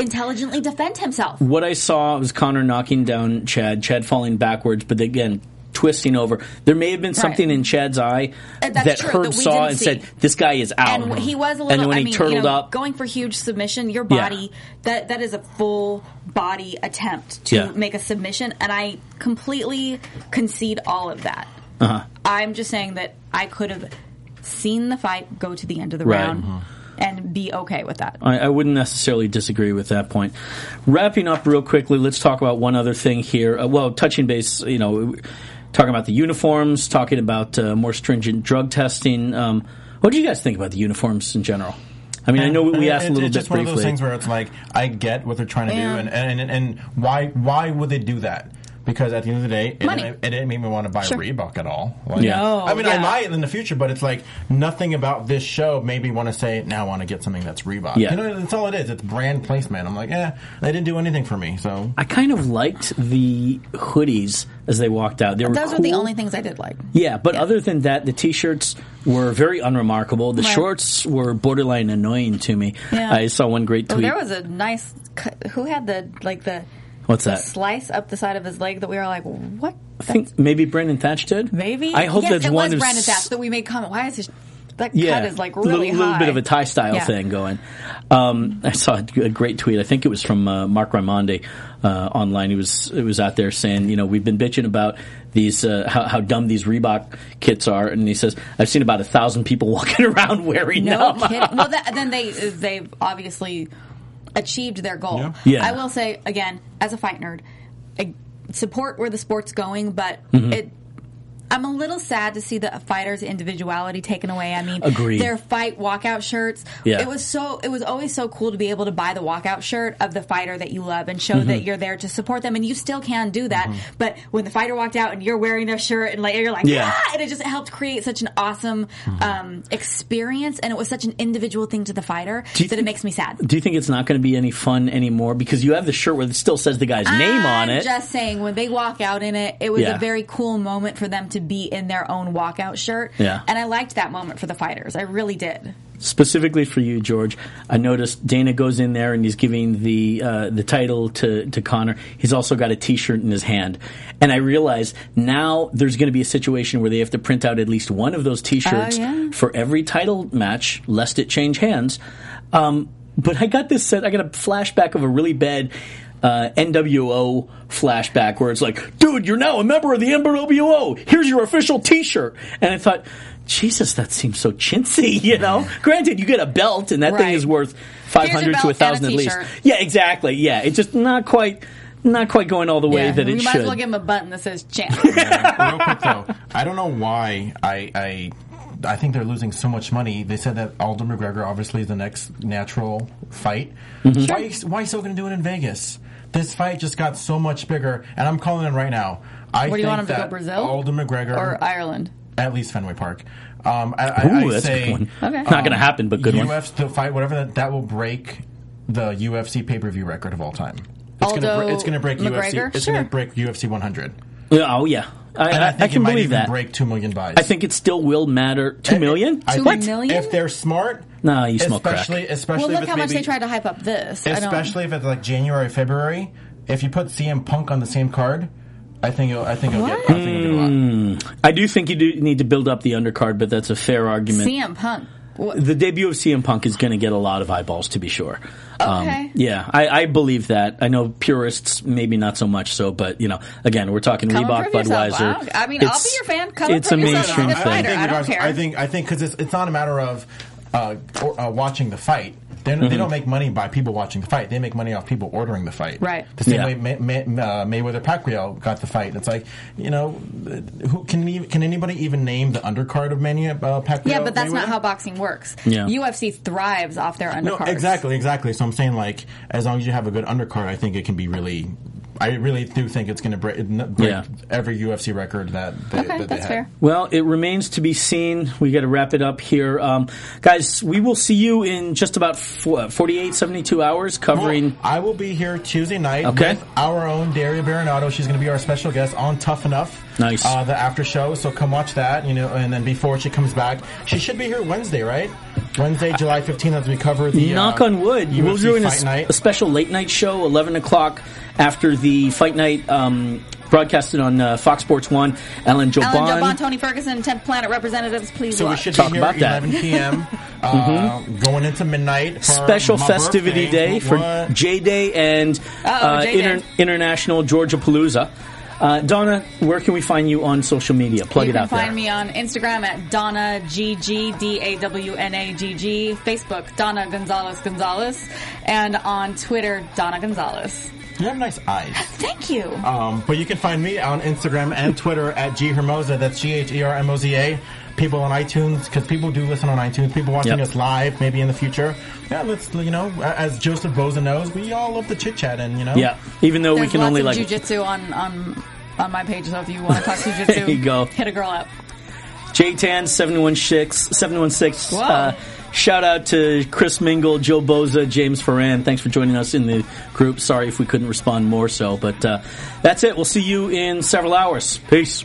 [SPEAKER 4] intelligently defend himself.
[SPEAKER 2] what I saw was Connor knocking down Chad, Chad falling backwards, but again, twisting over. There may have been something in Chad's eye
[SPEAKER 4] Uh, that's
[SPEAKER 2] that
[SPEAKER 4] true,
[SPEAKER 2] Herb
[SPEAKER 4] that we
[SPEAKER 2] saw
[SPEAKER 4] didn't
[SPEAKER 2] and
[SPEAKER 4] see.
[SPEAKER 2] said, "This guy is out."
[SPEAKER 4] and he was a little.
[SPEAKER 2] And then when
[SPEAKER 4] I
[SPEAKER 2] he
[SPEAKER 4] mean,
[SPEAKER 2] turtled
[SPEAKER 4] you know,
[SPEAKER 2] up,
[SPEAKER 4] going for huge submission. Your
[SPEAKER 2] Yeah.
[SPEAKER 4] body that that is a full body attempt to
[SPEAKER 2] Yeah.
[SPEAKER 4] make a submission, and I completely concede all of that.
[SPEAKER 2] uh-huh.
[SPEAKER 4] I'm just saying that I could have seen the fight go to the end of the
[SPEAKER 2] Right. Uh-huh.
[SPEAKER 4] round and be okay with that.
[SPEAKER 2] I, I wouldn't necessarily disagree with that point. Wrapping up real quickly, let's talk about one other thing here. Uh, well, touching base, you know, talking about the uniforms, talking about uh, more stringent drug testing. Um, what do you guys think about the uniforms in general? I mean, I know we asked a
[SPEAKER 3] It-
[SPEAKER 2] little
[SPEAKER 3] it's
[SPEAKER 2] bit
[SPEAKER 3] just one
[SPEAKER 2] briefly.
[SPEAKER 3] of those things where it's like I get what they're trying to
[SPEAKER 4] Yeah.
[SPEAKER 3] do, and, and, and and why why would they do that? Because at the end of the day, it,
[SPEAKER 4] Money.
[SPEAKER 3] didn't, it didn't make me want to buy a
[SPEAKER 4] Sure.
[SPEAKER 3] Reebok at all. Like,
[SPEAKER 2] Yeah. No,
[SPEAKER 3] I mean, I
[SPEAKER 4] yeah.
[SPEAKER 3] might in the future, but it's like nothing about this show made me want to say now I want to get something that's Reebok.
[SPEAKER 2] Yeah.
[SPEAKER 3] You know, that's all it is. It's brand placement. I'm like, eh, they didn't do anything for me. So
[SPEAKER 2] I kind of liked the hoodies as they walked out. They were
[SPEAKER 4] Those
[SPEAKER 2] cool.
[SPEAKER 4] are the only things I did like.
[SPEAKER 2] Yeah, but other than that, the t-shirts were very unremarkable. The
[SPEAKER 4] Right.
[SPEAKER 2] shorts were borderline annoying to me.
[SPEAKER 4] Yeah.
[SPEAKER 2] I saw one great
[SPEAKER 4] Oh,
[SPEAKER 2] tweet.
[SPEAKER 4] there was a nice. cu- Who had the like the
[SPEAKER 2] What's that?
[SPEAKER 4] slice up the side of his leg that we were like, what?
[SPEAKER 2] I think maybe Brendan Thatch did.
[SPEAKER 4] Maybe
[SPEAKER 2] I hope
[SPEAKER 4] yes,
[SPEAKER 2] that's
[SPEAKER 4] it
[SPEAKER 2] one
[SPEAKER 4] was
[SPEAKER 2] of
[SPEAKER 4] Brandon
[SPEAKER 2] s-
[SPEAKER 4] Thatch that we made comment. Why is his that
[SPEAKER 2] yeah,
[SPEAKER 4] cut is like
[SPEAKER 2] little,
[SPEAKER 4] really
[SPEAKER 2] little bit
[SPEAKER 4] high.
[SPEAKER 2] of a tie style
[SPEAKER 4] Yeah.
[SPEAKER 2] thing going. Um, I saw a a great tweet. I think it was from uh, Mark Raimondi uh, online. He was it was out there saying, you know, we've been bitching about these uh, how, how dumb these Reebok kits are, and he says, I've seen about a thousand people walking around wearing
[SPEAKER 4] No
[SPEAKER 2] them.
[SPEAKER 4] kidding. Well, that, then they they've obviously achieved their goal.
[SPEAKER 3] Yeah.
[SPEAKER 2] Yeah.
[SPEAKER 4] I will say again, as a fight nerd, I support where the sport's going, but
[SPEAKER 2] Mm-hmm.
[SPEAKER 4] it. I'm a little sad to see the fighters' individuality taken away. I mean,
[SPEAKER 2] Agreed.
[SPEAKER 4] their fight walkout shirts.
[SPEAKER 2] Yeah.
[SPEAKER 4] It was so. It was always so cool to be able to buy the walkout shirt of the fighter that you love and show that
[SPEAKER 2] Mm-hmm.
[SPEAKER 4] you're there to support them, and you still can do that. But when the fighter walked out and you're wearing their shirt and like you're like,
[SPEAKER 2] Yeah.
[SPEAKER 4] "Ah!" and it just helped create such an awesome um, experience, and it was such an individual thing to the fighter
[SPEAKER 2] Do you
[SPEAKER 4] that it
[SPEAKER 2] think-
[SPEAKER 4] makes me sad.
[SPEAKER 2] Do you think it's not going to be any fun anymore because you have the shirt where it still says the
[SPEAKER 4] Ah,
[SPEAKER 2] guy's name on
[SPEAKER 4] I'm
[SPEAKER 2] it?
[SPEAKER 4] Just saying, when they walk out in it, it was
[SPEAKER 2] Yeah.
[SPEAKER 4] a very cool moment for them to be in their own walkout shirt.
[SPEAKER 2] Yeah.
[SPEAKER 4] and I liked that moment for the fighters. I really did.
[SPEAKER 2] specifically for you, George. I noticed Dana goes in there and he's giving the uh, the title to to Connor. He's also got a T-shirt in his hand, and I realized now there's going to be a situation where they have to print out at least one of those T-shirts
[SPEAKER 4] Oh, yeah.
[SPEAKER 2] for every title match, lest it change hands. Um, but I got this set. I got a flashback of a really bad. Uh, NWO flashback where it's like, dude, you're now a member of the NWO. Here's your official T-shirt. And I thought, Jesus, that seems so chintzy. You know, granted, you get a belt, and that thing
[SPEAKER 4] Right.
[SPEAKER 2] is worth five
[SPEAKER 4] Here's your
[SPEAKER 2] hundred
[SPEAKER 4] belt
[SPEAKER 2] to a
[SPEAKER 4] and a
[SPEAKER 2] thousand at least.
[SPEAKER 4] t-shirt.
[SPEAKER 2] Yeah, exactly. Yeah, it's just not quite, not quite going all the way that
[SPEAKER 4] we
[SPEAKER 2] it
[SPEAKER 4] might
[SPEAKER 2] should.
[SPEAKER 4] as well give him a button that says "champ."
[SPEAKER 3] Real quick though, I don't know why I I I think they're losing so much money. They said that Aldo McGregor obviously is the next natural fight.
[SPEAKER 2] Mm-hmm.
[SPEAKER 3] Why why still going to do it in Vegas? This fight just got so much bigger, and I'm calling it right now. I
[SPEAKER 4] What do
[SPEAKER 3] think
[SPEAKER 4] you want him to go,
[SPEAKER 3] that
[SPEAKER 4] Brazil?
[SPEAKER 3] Aldo McGregor
[SPEAKER 4] or Ireland.
[SPEAKER 3] at least Fenway Park. Um, I, I,
[SPEAKER 2] Ooh,
[SPEAKER 3] I
[SPEAKER 2] that's a
[SPEAKER 3] say
[SPEAKER 2] good one.
[SPEAKER 4] Okay.
[SPEAKER 2] Not going to happen, but good one.
[SPEAKER 3] UFC the fight whatever that that will break the UFC pay per view record of all time. It's gonna
[SPEAKER 4] Aldo
[SPEAKER 3] bre- it's gonna break
[SPEAKER 4] McGregor?
[SPEAKER 3] UFC. It's
[SPEAKER 4] Sure.
[SPEAKER 3] gonna break UFC 100.
[SPEAKER 2] Yeah, Oh yeah, I,
[SPEAKER 3] And
[SPEAKER 2] I,
[SPEAKER 3] I think
[SPEAKER 2] I can
[SPEAKER 3] it might
[SPEAKER 2] believe
[SPEAKER 3] even
[SPEAKER 2] that.
[SPEAKER 3] break two million buys.
[SPEAKER 2] I think it still will matter. Two million?
[SPEAKER 3] I
[SPEAKER 4] Two
[SPEAKER 3] think
[SPEAKER 4] million?
[SPEAKER 3] If they're smart,
[SPEAKER 2] Nah, you smoke crack.
[SPEAKER 3] especially, Especially if
[SPEAKER 4] Well, look
[SPEAKER 3] it's
[SPEAKER 4] how much
[SPEAKER 3] maybe-
[SPEAKER 4] they tried to hype up this.
[SPEAKER 3] Especially if it's like January, February. If you put CM Punk on the same card, I think it'll, I think it'll get I think it'll get a
[SPEAKER 2] Hmm.
[SPEAKER 3] lot.
[SPEAKER 2] I do think you do need to build up the undercard, but that's a fair
[SPEAKER 4] I
[SPEAKER 2] argument.
[SPEAKER 4] don't know. CM Punk. What,
[SPEAKER 2] the debut of CM Punk is going to get a lot of eyeballs, to be sure.
[SPEAKER 4] Okay.
[SPEAKER 2] Um, yeah, I, I believe that. I know purists, maybe not so much so, but you know, again, we're talking
[SPEAKER 4] Come and
[SPEAKER 2] Reebok,
[SPEAKER 4] prove yourself.
[SPEAKER 2] Budweiser.
[SPEAKER 4] I don't- I mean, I'll
[SPEAKER 2] It's-
[SPEAKER 4] be your fan. Come and
[SPEAKER 2] it's
[SPEAKER 4] prove
[SPEAKER 2] a
[SPEAKER 4] yourself.
[SPEAKER 2] mainstream
[SPEAKER 4] That's
[SPEAKER 2] thing.
[SPEAKER 4] fine. I don't
[SPEAKER 3] regardless-
[SPEAKER 4] care.
[SPEAKER 3] I think I think because it's it's not a matter of uh, or, uh, watching the fight. They're,
[SPEAKER 2] Mm-hmm.
[SPEAKER 3] They don't make money by people watching the fight. They make money off people ordering the fight.
[SPEAKER 4] Right.
[SPEAKER 3] The same
[SPEAKER 2] Yeah.
[SPEAKER 3] way May, May, uh, Mayweather Pacquiao got the fight. It's like you know, who can e- can anybody even name the undercard of Mania uh, Pacquiao?
[SPEAKER 4] yeah, but that's not
[SPEAKER 3] Mayweather?
[SPEAKER 4] how boxing works.
[SPEAKER 2] Yeah.
[SPEAKER 4] UFC thrives off their
[SPEAKER 3] No,
[SPEAKER 4] undercards.
[SPEAKER 3] exactly, exactly. So I'm saying like, as long as you have a good undercard, I think it can be really. I really do think it's going to break, n- break
[SPEAKER 2] Yeah.
[SPEAKER 3] every UFC record that they,
[SPEAKER 4] Okay,
[SPEAKER 3] that they
[SPEAKER 4] that's
[SPEAKER 3] had.
[SPEAKER 4] fair.
[SPEAKER 2] Well, it remains to be seen. We got to wrap it up here. Um, guys, we will see you in just about fo- 48, 72 hours covering.
[SPEAKER 3] Well, I will be here Tuesday night
[SPEAKER 2] Okay.
[SPEAKER 3] with our own Daria Baronato. She's going to be our special guest on Tough Enough.
[SPEAKER 2] Nice.
[SPEAKER 3] Uh, the after show. So come watch that, you know, and then before she comes back, she should be here Wednesday, right? Wednesday, July 15th, as we cover the.
[SPEAKER 2] Knock
[SPEAKER 3] uh,
[SPEAKER 2] on wood.
[SPEAKER 3] UFC
[SPEAKER 2] we're doing a,
[SPEAKER 3] fight
[SPEAKER 2] s-
[SPEAKER 3] night.
[SPEAKER 2] a special late night show, eleven o'clock after the fight night um, Broadcasted on uh, Fox Sports One. Alan Joban.
[SPEAKER 4] Alan Jobon, Tony Ferguson, 10th Planet representatives, please
[SPEAKER 3] So we
[SPEAKER 4] watch.
[SPEAKER 3] should
[SPEAKER 2] uh, Talk
[SPEAKER 3] be here
[SPEAKER 2] about
[SPEAKER 3] at
[SPEAKER 2] that. Mm-hmm.
[SPEAKER 3] 11 p.m. uh, going into midnight. for
[SPEAKER 2] Special
[SPEAKER 3] my
[SPEAKER 2] festivity
[SPEAKER 3] birthday.
[SPEAKER 2] day for
[SPEAKER 3] What?
[SPEAKER 2] J Day and uh,
[SPEAKER 4] J Day.
[SPEAKER 2] Inter- International Georgia Palooza. Uh, Donna, where can we find you on social media? Plug
[SPEAKER 4] you
[SPEAKER 2] it
[SPEAKER 4] can
[SPEAKER 2] out
[SPEAKER 4] find
[SPEAKER 2] there.
[SPEAKER 4] me on Instagram at Donna GG, D A W N A G G, Facebook Donna Gonzalez Gonzalez, and on Twitter Donna Gonzalez.
[SPEAKER 3] You have nice eyes.
[SPEAKER 4] Thank you.
[SPEAKER 2] Uh,
[SPEAKER 3] Um, but you can find me on Instagram and Twitter at G Hermosa. That's G H E R M O Z A. People on iTunes, because people do listen on iTunes. People watching
[SPEAKER 2] Yep.
[SPEAKER 3] us live, maybe in the future. Yeah, let's you know, as Joseph Boza knows, we all love the chit chat, and you know,
[SPEAKER 2] yeah, even though
[SPEAKER 4] There's
[SPEAKER 2] we can
[SPEAKER 4] lots
[SPEAKER 2] only
[SPEAKER 4] of
[SPEAKER 2] like
[SPEAKER 4] jujitsu on on on my page, so if you want to talk jujitsu,
[SPEAKER 2] There you go.
[SPEAKER 4] Hit a girl up.
[SPEAKER 2] JTAN 716 716. Uh, shout out to Chris Mingle, Joe Boza, James Ferran. Thanks for joining us in the group. Sorry if we couldn't respond more so, but uh, that's it. We'll see you in several hours. Peace.